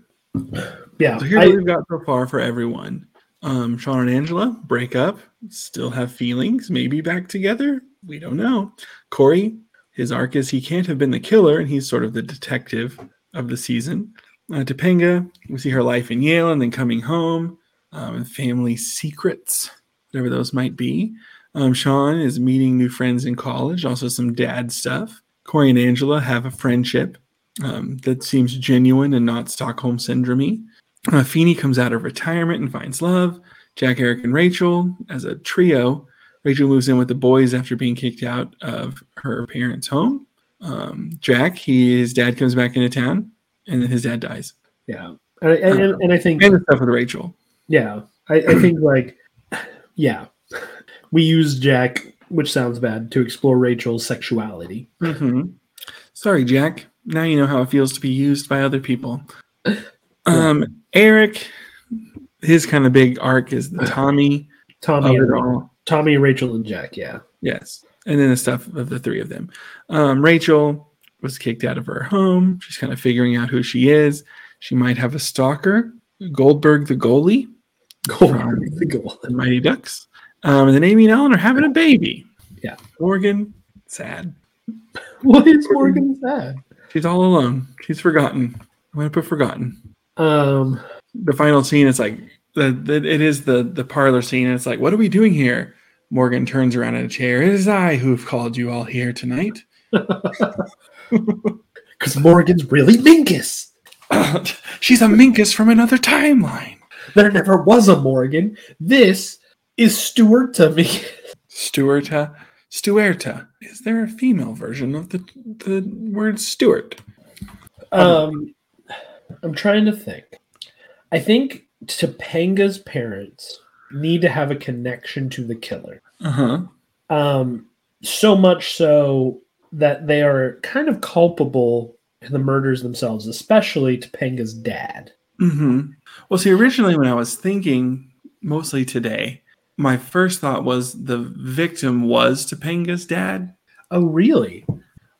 [SPEAKER 1] Yeah.
[SPEAKER 2] So here's
[SPEAKER 1] I-
[SPEAKER 2] what we've got so far for everyone. Um, Sean and Angela break up, still have feelings, maybe back together. We don't know. Corey, his arc is he can't have been the killer, and he's sort of the detective of the season. Uh, Topanga, we see her life in Yale and then coming home, um, and family secrets, whatever those might be. Um, Sean is meeting new friends in college, also some dad stuff. Corey and Angela have a friendship um, that seems genuine and not Stockholm syndrome. Uh, Feeney comes out of retirement and finds love. Jack, Eric, and Rachel as a trio. Rachel moves in with the boys after being kicked out of her parents' home. Um, Jack, he, his dad comes back into town, and then his dad dies.
[SPEAKER 1] yeah. And, and, and I think
[SPEAKER 2] And the stuff with Rachel.
[SPEAKER 1] Yeah, I, I think like, yeah, we use Jack, which sounds bad, to explore Rachel's sexuality.
[SPEAKER 2] Mm-hmm. Sorry, Jack. Now you know how it feels to be used by other people. Um, Eric, his kind of big arc is the Tommy of
[SPEAKER 1] Tommy,
[SPEAKER 2] it
[SPEAKER 1] and,
[SPEAKER 2] all.
[SPEAKER 1] Tommy, Rachel, and Jack. Yeah,
[SPEAKER 2] Yes. And then the stuff of the three of them. Um, Rachel was kicked out of her home. She's kind of figuring out who she is. She might have a stalker. Goldberg, the goalie,
[SPEAKER 1] Goldberg, the goal.
[SPEAKER 2] the Mighty Ducks. Um, and then Amy and Ellen are having a baby.
[SPEAKER 1] Yeah.
[SPEAKER 2] Morgan, sad.
[SPEAKER 1] What is Morgan sad?
[SPEAKER 2] She's all alone. She's forgotten. I'm going to put forgotten.
[SPEAKER 1] Um,
[SPEAKER 2] the final scene is like the, the it is the the parlor scene and it's like what are we doing here morgan turns around in a chair it is i who've called you all here tonight
[SPEAKER 1] because Morgan's really minkus.
[SPEAKER 2] she's a minkus from another timeline
[SPEAKER 1] There never was a Morgan. This is Stuart to me.
[SPEAKER 2] stuarta stuerta is there a female version of the the word stuart
[SPEAKER 1] Um, I'm trying to think. I think Topanga's parents need to have a connection to the killer.
[SPEAKER 2] uh-huh
[SPEAKER 1] um, so much so that they are kind of culpable in the murders themselves, especially Topanga's dad.
[SPEAKER 2] Mm-hmm. Well, see, originally when I was thinking, mostly today, my first thought was the victim was Topanga's dad.
[SPEAKER 1] Oh, really?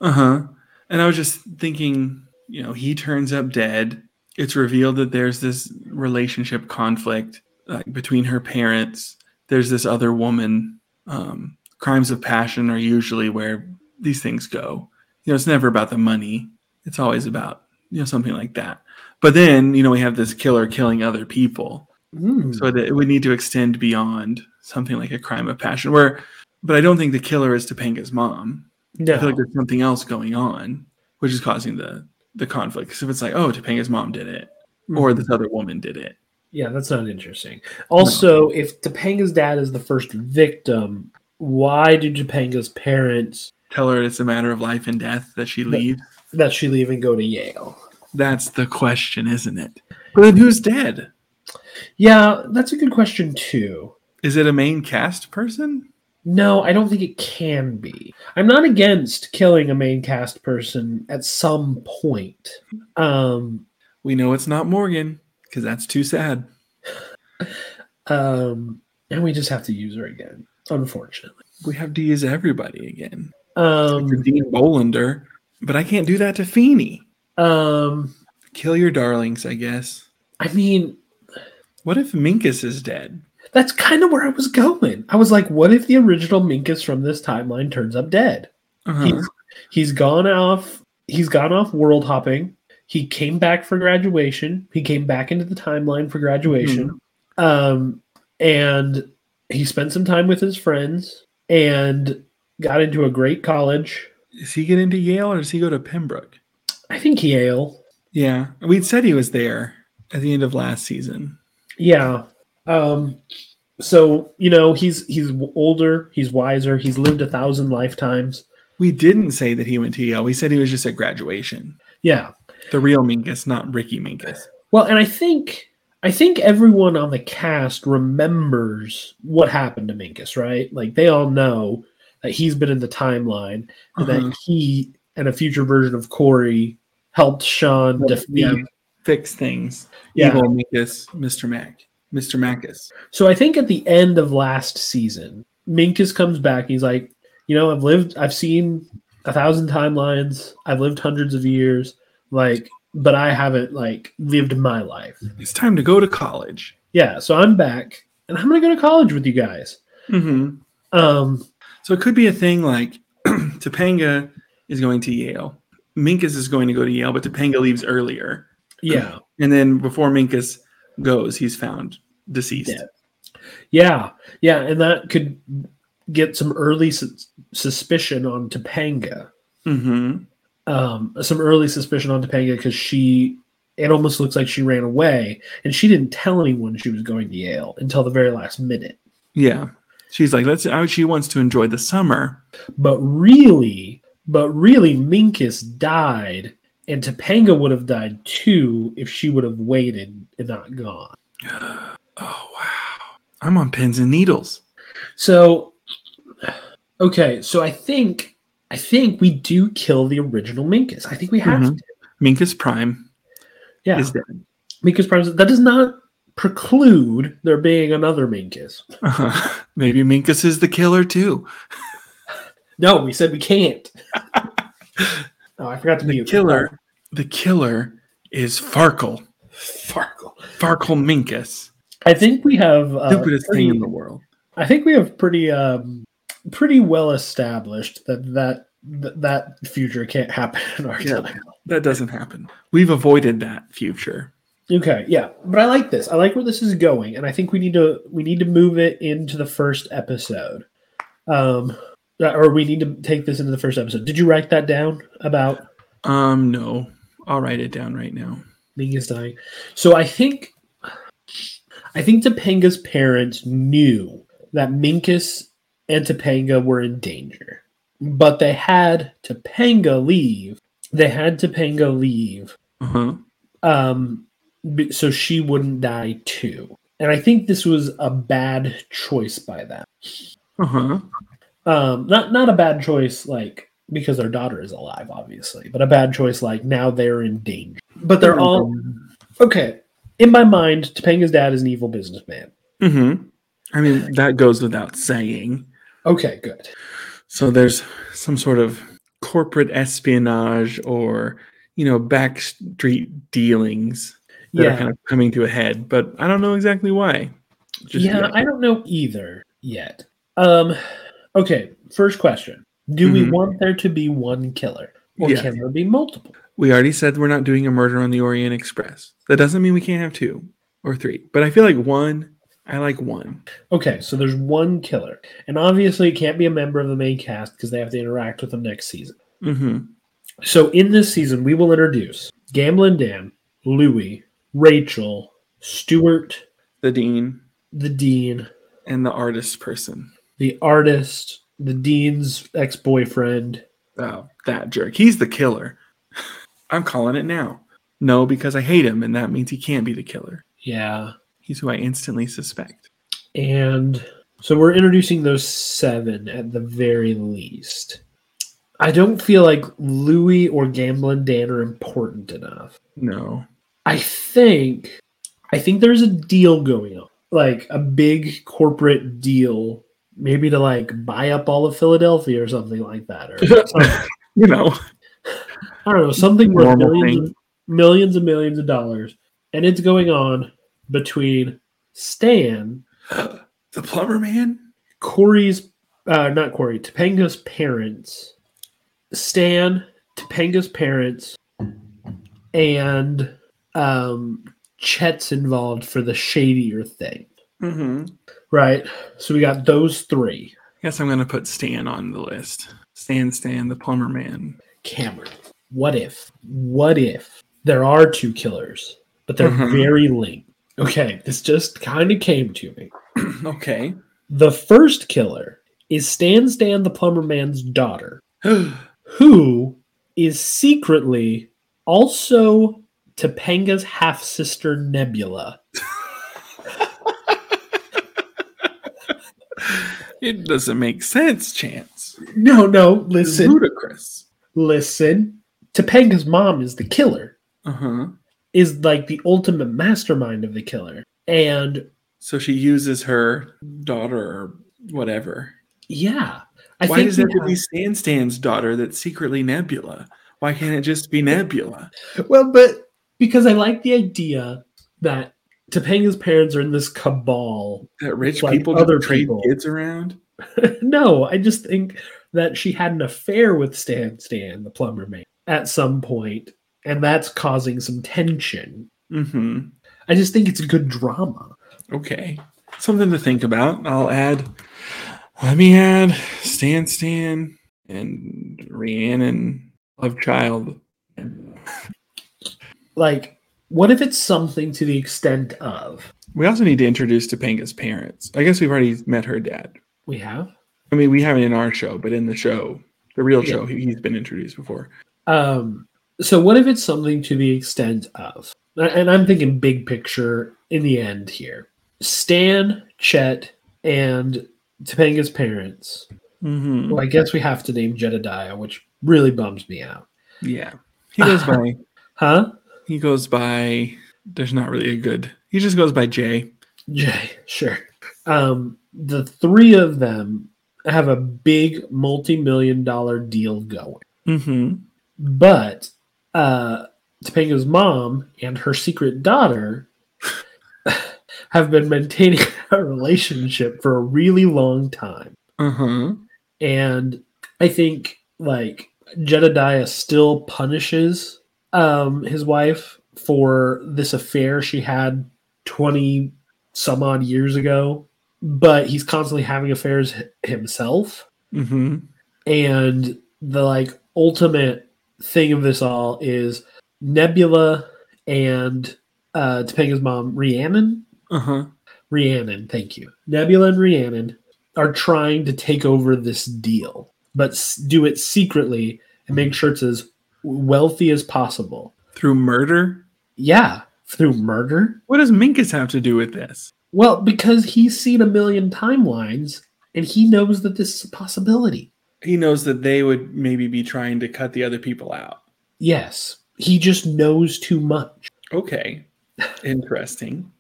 [SPEAKER 2] Uh huh. And I was just thinking, you know, he turns up dead. It's revealed that there's this relationship conflict like, between her parents. There's this other woman. Um, crimes of passion are usually where these things go. You know, it's never about the money. It's always about you know something like that. But then you know we have this killer killing other people,
[SPEAKER 1] Hmm.
[SPEAKER 2] so that it would need to extend beyond something like a crime of passion. Where, but I don't think the killer is Topanga's mom. I feel
[SPEAKER 1] no.
[SPEAKER 2] like there's something else going on, which is causing the the conflict. Because if it's like, oh, Topanga's mom did it, or this other woman did it,
[SPEAKER 1] yeah, that's not interesting. Also, if Topanga's dad is the first victim, why do Topanga's parents
[SPEAKER 2] Tell her it's a matter of life and death that she leaves.
[SPEAKER 1] that she leave and go to Yale?
[SPEAKER 2] That's the question, isn't it? But then who's dead?
[SPEAKER 1] Yeah, that's a good question too.
[SPEAKER 2] Is it a main cast person?
[SPEAKER 1] No, I don't think it can be. I'm not against killing a main cast person at some point. Um,
[SPEAKER 2] We know it's not Morgan because that's too sad.
[SPEAKER 1] um, and we just have to use her again, unfortunately.
[SPEAKER 2] We have to use everybody again.
[SPEAKER 1] Um,
[SPEAKER 2] Dean Bolander, but I can't do that to Feeney.
[SPEAKER 1] um,
[SPEAKER 2] Kill your darlings, I guess.
[SPEAKER 1] I mean,
[SPEAKER 2] What if Minkus is dead?
[SPEAKER 1] that's kind of where I was going. I was like, what if the original Minkus from this timeline turns up dead?
[SPEAKER 2] Uh-huh.
[SPEAKER 1] He's he's gone off. He's gone off world hopping. He came back for graduation. He came back into the timeline for graduation. Um, and he spent some time with his friends and got into a great college.
[SPEAKER 2] Does he get into Yale or does he go to Pembroke?
[SPEAKER 1] I think Yale.
[SPEAKER 2] Yeah, we'd said he was there at the end of last season.
[SPEAKER 1] Yeah. Um, so you know he's he's older. He's wiser. He's lived a thousand lifetimes.
[SPEAKER 2] We didn't say that he went to Yale. We said he was just at graduation.
[SPEAKER 1] Yeah.
[SPEAKER 2] The real Minkus, not Ricky Minkus.
[SPEAKER 1] Well, and I think I think everyone on the cast remembers what happened to Minkus, right? Like they all know that he's been in the timeline and
[SPEAKER 2] Uh-huh.
[SPEAKER 1] that he and a future version of Corey helped Sean defeat.
[SPEAKER 2] yeah. Fix things.
[SPEAKER 1] Yeah.
[SPEAKER 2] Evil Minkus, Mr. Mac, Mr. Macus.
[SPEAKER 1] So I think at the end of last season, Minkus comes back. And he's like, you know, I've lived, I've seen a thousand timelines. I've lived hundreds of years, like, but I haven't like lived my life.
[SPEAKER 2] It's time to go to college.
[SPEAKER 1] Yeah. So I'm back, and I'm gonna go to college with you guys.
[SPEAKER 2] Mm-hmm.
[SPEAKER 1] Um,
[SPEAKER 2] So it could be a thing like Topanga is going to Yale. Minkus is going to go to Yale, but Topanga leaves earlier.
[SPEAKER 1] Yeah.
[SPEAKER 2] And then before Minkus goes, he's found deceased.
[SPEAKER 1] Dead. Yeah. Yeah. And that could get some early sus- suspicion on Topanga.
[SPEAKER 2] Mm-hmm.
[SPEAKER 1] Um, some early suspicion on Topanga because she, it almost looks like she ran away and she didn't tell anyone she was going to Yale until the very last minute.
[SPEAKER 2] Yeah. She's like, let's. oh, She wants to enjoy the summer.
[SPEAKER 1] But really, but really, Minkus died and Topanga would have died too if she would have waited and not gone.
[SPEAKER 2] Oh wow! I'm on pins and needles.
[SPEAKER 1] So, okay, so I think I think we do kill the original Minkus. I think we have
[SPEAKER 2] Mhm.
[SPEAKER 1] to.
[SPEAKER 2] Minkus Prime
[SPEAKER 1] Yeah,
[SPEAKER 2] is dead.
[SPEAKER 1] Minkus Prime. That does not preclude there being another Minkus.
[SPEAKER 2] Uh-huh. Maybe Minkus is the killer too.
[SPEAKER 1] No, we said we can't. oh, I forgot to
[SPEAKER 2] The
[SPEAKER 1] mute.
[SPEAKER 2] killer, the killer is Farkle.
[SPEAKER 1] Farkle.
[SPEAKER 2] Farkle Minkus,
[SPEAKER 1] I think we have uh,
[SPEAKER 2] stupidest
[SPEAKER 1] pretty-
[SPEAKER 2] thing in the world.
[SPEAKER 1] I think we have pretty um, pretty well established that that that- that future can't happen in our
[SPEAKER 2] Yeah.
[SPEAKER 1] time.
[SPEAKER 2] That doesn't happen. We've avoided that future.
[SPEAKER 1] Okay, yeah, but I like this. I like where this is going, and I think we need to we need to move it into the first episode, um, or we need to take this into the first episode. Did you write that down about
[SPEAKER 2] Um, no. I'll write it down right now.
[SPEAKER 1] Mingus dying? So I think, I think Topanga's parents knew that Minkus and Topanga were in danger, but they had Topanga leave. They had Topanga leave
[SPEAKER 2] Uh huh.
[SPEAKER 1] um b- so she wouldn't die too and i think this was a bad choice by them
[SPEAKER 2] Uh huh.
[SPEAKER 1] um not not a bad choice like because their daughter is alive obviously but a bad choice like now they're in danger but they're all okay in my mind topanga's dad is an evil businessman
[SPEAKER 2] Mm hmm. I mean, that goes without saying.
[SPEAKER 1] okay good
[SPEAKER 2] So there's some sort of corporate espionage or, you know, backstreet dealings that are
[SPEAKER 1] yeah
[SPEAKER 2] kind of coming to a head, but I don't know exactly why.
[SPEAKER 1] yeah
[SPEAKER 2] yet.
[SPEAKER 1] i don't know either yet um okay first question do we
[SPEAKER 2] Mhm.
[SPEAKER 1] want there to be one killer or
[SPEAKER 2] Yeah.
[SPEAKER 1] can there be multiple
[SPEAKER 2] We already said we're not doing a murder on the Orient Express. That doesn't mean we can't have two or three, but I feel like one. I like one.
[SPEAKER 1] Okay, so there's one killer, and obviously it can't be a member of the main cast because they have to interact with them next season.
[SPEAKER 2] Mm-hmm.
[SPEAKER 1] So in this season, we will introduce Gamblin' Dan, Louie, Rachel, Stewart,
[SPEAKER 2] the dean,
[SPEAKER 1] the dean,
[SPEAKER 2] and the artist person.
[SPEAKER 1] the artist, the dean's ex boyfriend.
[SPEAKER 2] Oh, that jerk. He's the killer. I'm calling it now. No, because I hate him, and that means he can't be the killer.
[SPEAKER 1] Yeah.
[SPEAKER 2] He's who I instantly suspect.
[SPEAKER 1] And so we're introducing those seven at the very least. I don't feel like Louis or Gamblin Dan are important enough.
[SPEAKER 2] No.
[SPEAKER 1] I think I think there's a deal going on. Like a big corporate deal, maybe to like buy up all of Philadelphia or something like that. Or some-
[SPEAKER 2] You know,
[SPEAKER 1] I don't know, something worth
[SPEAKER 2] Normal
[SPEAKER 1] millions, millions and millions of dollars. And it's going on between Stan
[SPEAKER 2] the plumber man?
[SPEAKER 1] Corey's, uh, not Corey, Topanga's parents, Stan, Topanga's parents, and um, Chet's involved for the shadier thing,
[SPEAKER 2] Mm-hmm.
[SPEAKER 1] right? So we got those three.
[SPEAKER 2] Guess I'm going to put Stan on the list. Stan, Stan, the plumber man.
[SPEAKER 1] Cameron, what if, what if there are two killers, but they're
[SPEAKER 2] Mhm.
[SPEAKER 1] very linked? Okay, this just kind of came to me.
[SPEAKER 2] okay.
[SPEAKER 1] The first killer is Stan Stan the Plumber Man's daughter. who is secretly also Topanga's half sister Nebula.
[SPEAKER 2] it doesn't make sense, Chance.
[SPEAKER 1] No, no,
[SPEAKER 2] It's
[SPEAKER 1] listen,
[SPEAKER 2] ludicrous.
[SPEAKER 1] listen. Topanga's mom is the killer,
[SPEAKER 2] Uh huh.
[SPEAKER 1] is like the ultimate mastermind of the killer. And
[SPEAKER 2] So she uses her daughter or whatever.
[SPEAKER 1] yeah, I
[SPEAKER 2] Why
[SPEAKER 1] think
[SPEAKER 2] does it
[SPEAKER 1] we
[SPEAKER 2] have to
[SPEAKER 1] have-
[SPEAKER 2] be Stan Stan's daughter that's secretly Nebula? Why can't it just be Nebula?
[SPEAKER 1] Well, but because I like the idea that Topanga's parents are in this cabal.
[SPEAKER 2] That rich
[SPEAKER 1] Like
[SPEAKER 2] people
[SPEAKER 1] other
[SPEAKER 2] just trade
[SPEAKER 1] people.
[SPEAKER 2] kids around?
[SPEAKER 1] no, I just think that she had an affair with Stan Stan, the plumber man, at some point, and that's causing some tension.
[SPEAKER 2] Mm-hmm.
[SPEAKER 1] I just think it's good drama.
[SPEAKER 2] Okay. Something to think about. I'll add let me add Stan Stan and Rhiannon Love Child.
[SPEAKER 1] Like, what if it's something to the extent of
[SPEAKER 2] We also need to introduce Topanga's parents. I guess we've already met her dad.
[SPEAKER 1] we have?
[SPEAKER 2] I mean, we haven't in our show, but in the show, the real
[SPEAKER 1] Yeah.
[SPEAKER 2] show, he- he's been introduced before.
[SPEAKER 1] Um, so what if it's something to the extent of, and I'm thinking big picture in the end here. Stan, Chet, and Topanga's parents.
[SPEAKER 2] Mm-hmm.
[SPEAKER 1] Well, I guess we have to name Jedediah, which really bums me out.
[SPEAKER 2] Yeah. He goes by
[SPEAKER 1] Huh?
[SPEAKER 2] He goes by. There's not really a good. He just goes by Jay.
[SPEAKER 1] Jay, sure. Um, the three of them have a big multi-million dollar deal going.
[SPEAKER 2] Mm-hmm.
[SPEAKER 1] but uh, Topanga's mom and her secret daughter have been maintaining a relationship for a really long time.
[SPEAKER 2] Uh huh.
[SPEAKER 1] And I think like Jedediah still punishes um, his wife for this affair she had 20 some odd years ago, but he's constantly having affairs h- himself
[SPEAKER 2] Mm-hmm.
[SPEAKER 1] and the like ultimate thing of this all is Nebula and uh Topanga's mom Rhiannon
[SPEAKER 2] Uh huh.
[SPEAKER 1] Rhiannon thank you Nebula and Rhiannon are trying to take over this deal but s- do it secretly and make sure it's as wealthy as possible
[SPEAKER 2] Through murder.
[SPEAKER 1] yeah through murder
[SPEAKER 2] What does Minkus have to do with this?
[SPEAKER 1] well because he's seen a million timelines and he knows that this is a possibility
[SPEAKER 2] He knows that they would maybe be trying to cut the other people out.
[SPEAKER 1] yes he just knows too much
[SPEAKER 2] Okay. Interesting.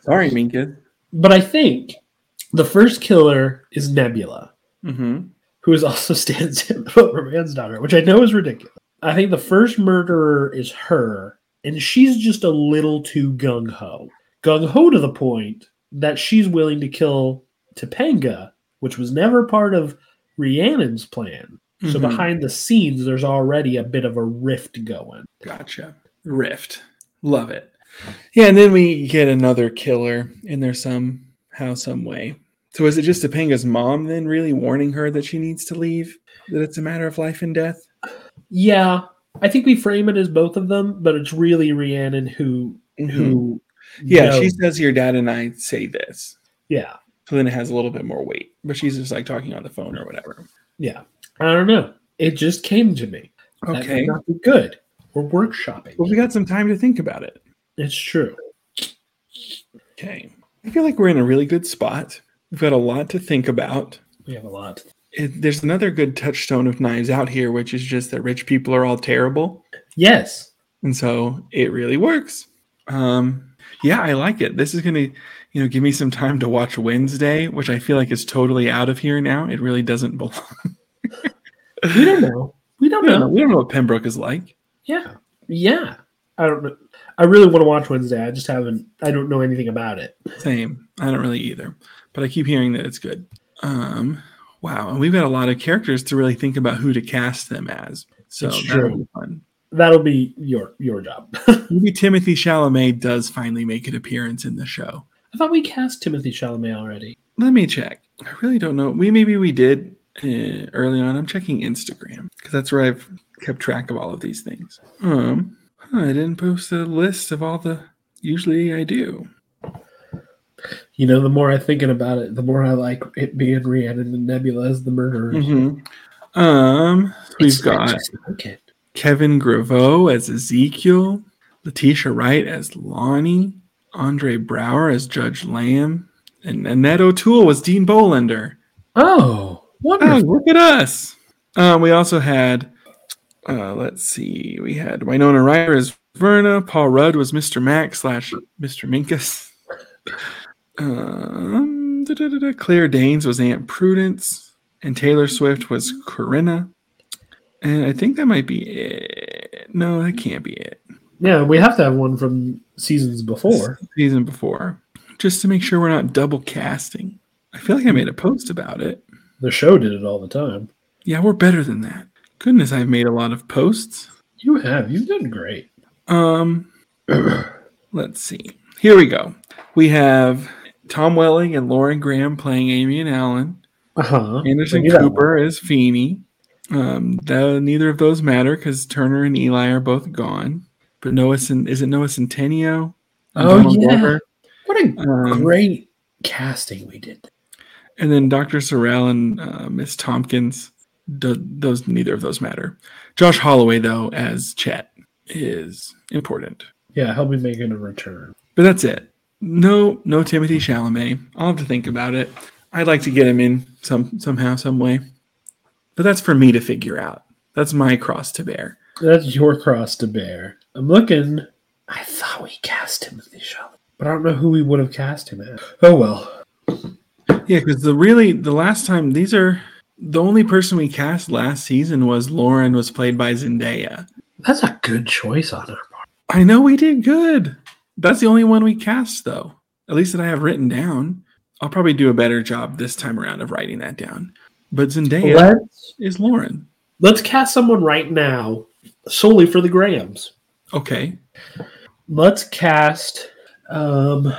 [SPEAKER 2] Sorry, Minkus.
[SPEAKER 1] But I think the first killer is Nebula,
[SPEAKER 2] Mm-hmm.
[SPEAKER 1] who is also Stan Roman's daughter, which I know is ridiculous. I think the first murderer is her, and she's just a little too gung ho. Gung ho to the point that she's willing to kill Topanga, which was never part of Rhiannon's plan.
[SPEAKER 2] Mm-hmm.
[SPEAKER 1] So behind the scenes, there's already a bit of a rift going.
[SPEAKER 2] Gotcha. Rift. Love it. Yeah, and then we get another killer in there somehow, some way. So is it just Topanga's mom then really warning her that she needs to leave? That it's a matter of life and death?
[SPEAKER 1] Yeah, I think we frame it as both of them, but it's really Rhiannon who
[SPEAKER 2] Mhm.
[SPEAKER 1] who
[SPEAKER 2] Yeah,
[SPEAKER 1] Mm-hmm. No.
[SPEAKER 2] she says your dad and I say this.
[SPEAKER 1] yeah,
[SPEAKER 2] So then it has a little bit more weight. But she's just like talking on the phone or whatever.
[SPEAKER 1] yeah. I don't know. It just came to me. That may
[SPEAKER 2] Okay.
[SPEAKER 1] not be good. We're workshopping.
[SPEAKER 2] Well, we got some time to think about it.
[SPEAKER 1] It's true.
[SPEAKER 2] Okay. I feel like we're in a really good spot. We've got a lot to think about.
[SPEAKER 1] We have a lot.
[SPEAKER 2] It, there's another good touchstone of knives out here, which is just that rich people are all terrible.
[SPEAKER 1] Yes.
[SPEAKER 2] And so it really works. Um, yeah, I like it. This is going to, you know, give me some time to watch Wednesday, which I feel like is totally out of here now. It really doesn't belong.
[SPEAKER 1] We don't know. We don't
[SPEAKER 2] We don't know,
[SPEAKER 1] know.
[SPEAKER 2] we don't know what Pembroke is like.
[SPEAKER 1] Yeah. Yeah. I don't. know. I really want to watch Wednesday. I just haven't. I don't know anything about it.
[SPEAKER 2] Same. I don't really either, but I keep hearing that it's good. Um, wow. And we've got a lot of characters to really think about who to cast them as. So
[SPEAKER 1] It's
[SPEAKER 2] that'll
[SPEAKER 1] true.
[SPEAKER 2] be fun.
[SPEAKER 1] That'll be your your job.
[SPEAKER 2] Maybe Timothy Chalamet does finally make an appearance in the show.
[SPEAKER 1] I thought we cast Timothy Chalamet already.
[SPEAKER 2] Let me check. I really don't know. We maybe we did uh, early on. I'm checking Instagram because that's where I've kept track of all of these things. Um, huh, I didn't post a list of all the. Usually I do.
[SPEAKER 1] You know, the more I'm thinking about it, the more I like it being Rhiannon and Nebula as the murderers.
[SPEAKER 2] Um,
[SPEAKER 1] Mm-hmm. It's
[SPEAKER 2] Mm, we've
[SPEAKER 1] not
[SPEAKER 2] got
[SPEAKER 1] just Okay.
[SPEAKER 2] Kevin Graveau as Ezekiel, Letitia Wright as Lonnie, Andre Brower as Judge Lamb, and Annette O'Toole was Dean Bolander.
[SPEAKER 1] Oh,
[SPEAKER 2] Oh,
[SPEAKER 1] wonderful.
[SPEAKER 2] look at us. Um, we also had, uh, let's see, we had Winona Ryder as Verna, Paul Rudd was Mr. Max slash Mr. Minkus. Um, da-da-da-da, Claire Danes was Aunt Prudence, and Taylor Swift was Corinna. And I think that might be it. No, that can't be it.
[SPEAKER 1] Yeah, we have to have one from seasons before.
[SPEAKER 2] Season before, just to make sure we're not double casting. I feel like I made a post about it.
[SPEAKER 1] The show did it all the time.
[SPEAKER 2] Yeah, we're better than that. Goodness, I've made a lot of posts.
[SPEAKER 1] You have. You've done great.
[SPEAKER 2] Um, let's see. Here we go. We have Tom Welling and Lauren Graham playing Amy and Alan.
[SPEAKER 1] Uh huh.
[SPEAKER 2] Anderson Cooper is Feeney. Um, tho- neither of those matter because Turner and Eli are both gone. But Noah, Cen- is it Noah Centennial? And
[SPEAKER 1] Oh,
[SPEAKER 2] Donald
[SPEAKER 1] yeah.
[SPEAKER 2] Glover?
[SPEAKER 1] What a
[SPEAKER 2] Um,
[SPEAKER 1] great casting we did.
[SPEAKER 2] And then Dr. Sorrell and uh, Miss Tompkins. Th- those neither of those matter. Josh Holloway though, as Chet, is important.
[SPEAKER 1] Yeah, he'll be making a return.
[SPEAKER 2] But that's it. No, no Timothy Chalamet. I'll have to think about it. I'd like to get him in some somehow, some way. But that's for me to figure out. That's my cross to bear.
[SPEAKER 1] That's your cross to bear. I'm looking. I thought we cast him as the show, but I don't know who we would have cast him as. Oh well.
[SPEAKER 2] Yeah, because the really the last time these are the only person we cast last season was Lauren was played by Zendaya.
[SPEAKER 1] That's a good choice on our part.
[SPEAKER 2] I know we did good. That's the only one we cast though. At least that I have written down. I'll probably do a better job this time around of writing that down. But Zendaya
[SPEAKER 1] Let's
[SPEAKER 2] is Lauren.
[SPEAKER 1] let's cast someone right now solely for the Grahams.
[SPEAKER 2] Okay.
[SPEAKER 1] Let's cast um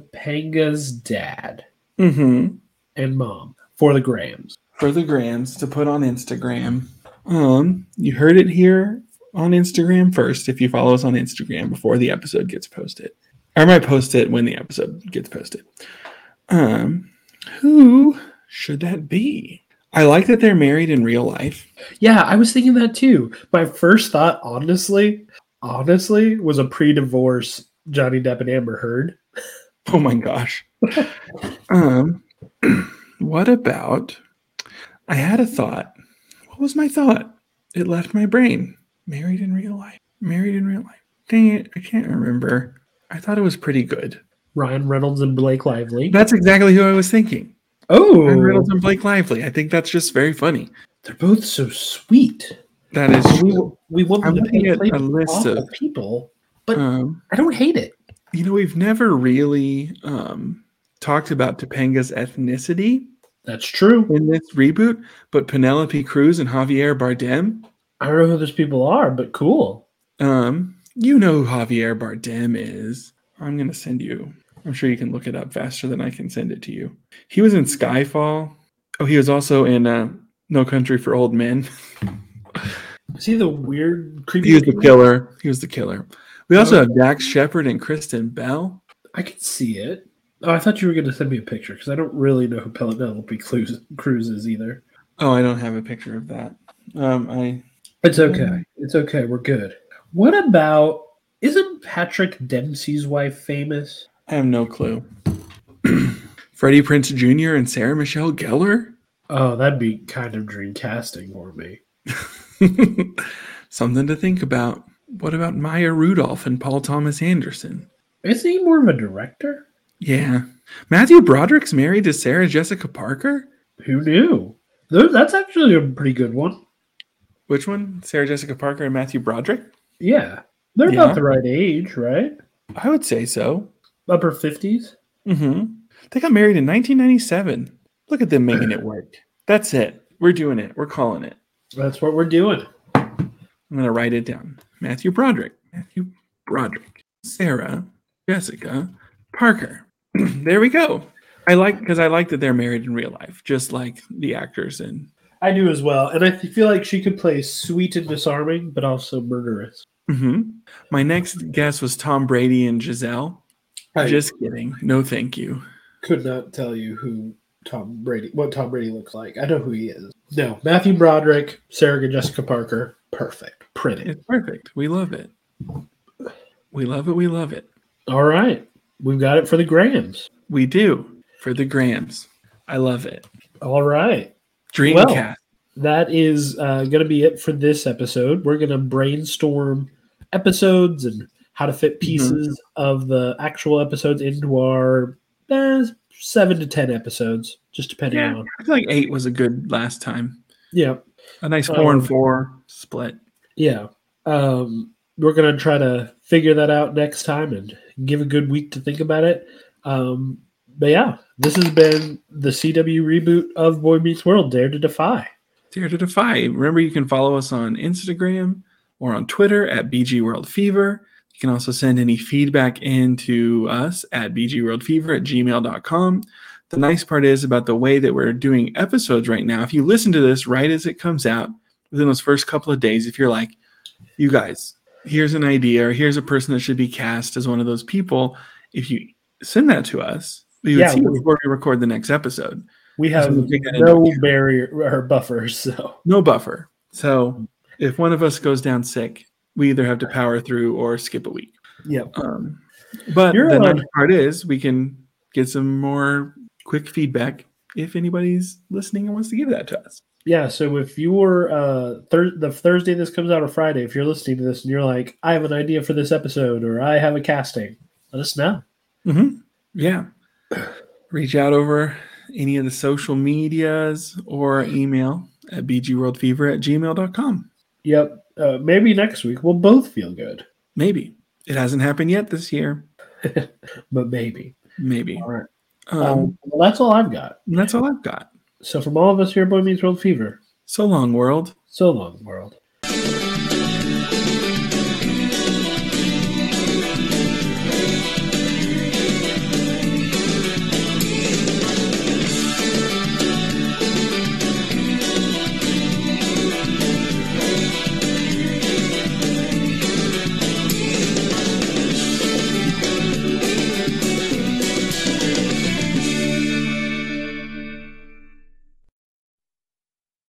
[SPEAKER 1] Topanga's dad
[SPEAKER 2] Mm-hmm.
[SPEAKER 1] and mom for the Grahams.
[SPEAKER 2] for the grams to put on Instagram. Um, you heard it here on Instagram first. If you follow us on Instagram before the episode gets posted, or I might post it when the episode gets posted. Um, who should that be? I like that they're married in real life.
[SPEAKER 1] Yeah, I was thinking that too. My first thought, honestly, honestly, was a pre-divorce Johnny Depp and Amber Heard.
[SPEAKER 2] Oh my gosh. um, what about? I had a thought. What was my thought? It left my brain. Married in real life. Married in real life. Dang it, I can't remember. I thought it was pretty good.
[SPEAKER 1] Ryan Reynolds and Blake Lively.
[SPEAKER 2] That's exactly who I was thinking.
[SPEAKER 1] Oh,
[SPEAKER 2] Ryan Reynolds and Blake Lively. I think that's just very funny.
[SPEAKER 1] they're both so sweet.
[SPEAKER 2] That is.
[SPEAKER 1] We, we want
[SPEAKER 2] I'm
[SPEAKER 1] them to
[SPEAKER 2] looking
[SPEAKER 1] be
[SPEAKER 2] at
[SPEAKER 1] played
[SPEAKER 2] a list
[SPEAKER 1] awful
[SPEAKER 2] of-
[SPEAKER 1] people.
[SPEAKER 2] Um,
[SPEAKER 1] I don't hate it.
[SPEAKER 2] you know, we've never really um, talked about Topanga's ethnicity.
[SPEAKER 1] That's true.
[SPEAKER 2] in this reboot, but Penelope Cruz and Javier Bardem.
[SPEAKER 1] I don't know who those people are, but cool.
[SPEAKER 2] Um, you know who Javier Bardem is. I'm gonna send you. I'm sure you can look it up faster than I can send it to you. He was in Skyfall. Oh, he was also in uh, No Country for Old Men.
[SPEAKER 1] Is he the weird, creepy?
[SPEAKER 2] he was the
[SPEAKER 1] dude?
[SPEAKER 2] killer. He was the killer. We also
[SPEAKER 1] Oh.
[SPEAKER 2] have Dax Shepard and Kristen Bell.
[SPEAKER 1] I could see it. Oh, I thought you were going to send me a picture because I don't really know who Penelope Cruz, Cruz is either.
[SPEAKER 2] Oh, I don't have a picture of that. Um, I
[SPEAKER 1] It's okay. It's okay. We're good. What about isn't Patrick Dempsey's wife famous?
[SPEAKER 2] I have no clue. Freddie Prince Jr. and Sarah Michelle Gellar.
[SPEAKER 1] Oh, that'd be kind of dream casting for me.
[SPEAKER 2] Something to think about. What about Maya Rudolph and Paul Thomas Anderson?
[SPEAKER 1] Is he more of a director?
[SPEAKER 2] Yeah. Matthew Broderick's married to Sarah Jessica Parker?
[SPEAKER 1] Who knew? Tho- That's actually a pretty good one.
[SPEAKER 2] Which one? Sarah Jessica Parker and Matthew Broderick?
[SPEAKER 1] Yeah. They're
[SPEAKER 2] Yeah.
[SPEAKER 1] about the right age, right?
[SPEAKER 2] I would say so.
[SPEAKER 1] Upper 50s?
[SPEAKER 2] Mm-hmm. They got married in 1997. Look at them making it work. That's it. We're doing it. We're calling it.
[SPEAKER 1] That's what we're doing.
[SPEAKER 2] I'm going to write it down. Matthew Broderick. Matthew Broderick. Sarah Jessica Parker. there we go. I like because I like that they're married in real life, just like the actors in.
[SPEAKER 1] I do as well. And I th- feel like she could play sweet and disarming, but also murderous.
[SPEAKER 2] Mhm. My next guess was Tom Brady and Giselle.
[SPEAKER 1] I
[SPEAKER 2] Just kidding. No, thank you.
[SPEAKER 1] could not tell you who Tom Brady, what Tom Brady looks like. I know who he is. No, Matthew Broderick, Sarah Jessica Parker. Perfect. Print it.
[SPEAKER 2] It's perfect. We love it. We love it. We love it.
[SPEAKER 1] All right. We've got it for the Grams.
[SPEAKER 2] We do for the grams. I love it.
[SPEAKER 1] All right.
[SPEAKER 2] Dreamcast.
[SPEAKER 1] Well- that is uh, going to be it for this episode. We're going to brainstorm episodes and how to fit pieces of the actual episodes into our eh, seven to ten episodes, just depending
[SPEAKER 2] yeah,
[SPEAKER 1] on.
[SPEAKER 2] I feel like eight was a good last time.
[SPEAKER 1] Yeah,
[SPEAKER 2] A nice four
[SPEAKER 1] Um,
[SPEAKER 2] and four split.
[SPEAKER 1] yeah. Um, we're going to try to figure that out next time and give a good week to think about it. Um, but yeah, this has been the CW reboot of Boy Meets World: Dare to Defy.
[SPEAKER 2] Dare to Defy. Remember, you can follow us on Instagram or on Twitter at BG World Fever. You can also send any feedback in to us at bgworldfever at gmail.com. The nice part is about the way that we're doing episodes right now. If you listen to this right as it comes out, within those first couple of days, if you're like, you guys, here's an idea or here's a person that should be cast as one of those people, if you send that to us, we would
[SPEAKER 1] Yeah,
[SPEAKER 2] see it
[SPEAKER 1] we-
[SPEAKER 2] before we record the next episode.
[SPEAKER 1] We
[SPEAKER 2] So
[SPEAKER 1] have
[SPEAKER 2] we'll take that into
[SPEAKER 1] no
[SPEAKER 2] account.
[SPEAKER 1] barrier or buffers, so.
[SPEAKER 2] no buffer. So if one of us goes down sick, we either have to power through or skip a week.
[SPEAKER 1] Yep.
[SPEAKER 2] Um, but
[SPEAKER 1] You're
[SPEAKER 2] the
[SPEAKER 1] allowed-
[SPEAKER 2] nice part is we can get some more quick feedback if anybody's listening and wants to give that to us.
[SPEAKER 1] Yeah, so if you're uh thir- the Thursday this comes out or Friday, if you're listening to this and you're like, I have an idea for this episode or I have a casting, let us know.
[SPEAKER 2] hmm Yeah. Reach out over any of the social medias or email at bgworldfever at gmail.com.
[SPEAKER 1] Yep. Uh, maybe next week we'll both feel good,
[SPEAKER 2] Maybe. It hasn't happened yet this year.
[SPEAKER 1] but maybe.
[SPEAKER 2] Maybe.
[SPEAKER 1] All right.
[SPEAKER 2] Um,
[SPEAKER 1] Um, well, that's all I've got.
[SPEAKER 2] that's all I've got.
[SPEAKER 1] So from all of us here at Boy Meets World Fever,
[SPEAKER 2] So long, world.
[SPEAKER 1] so long, world.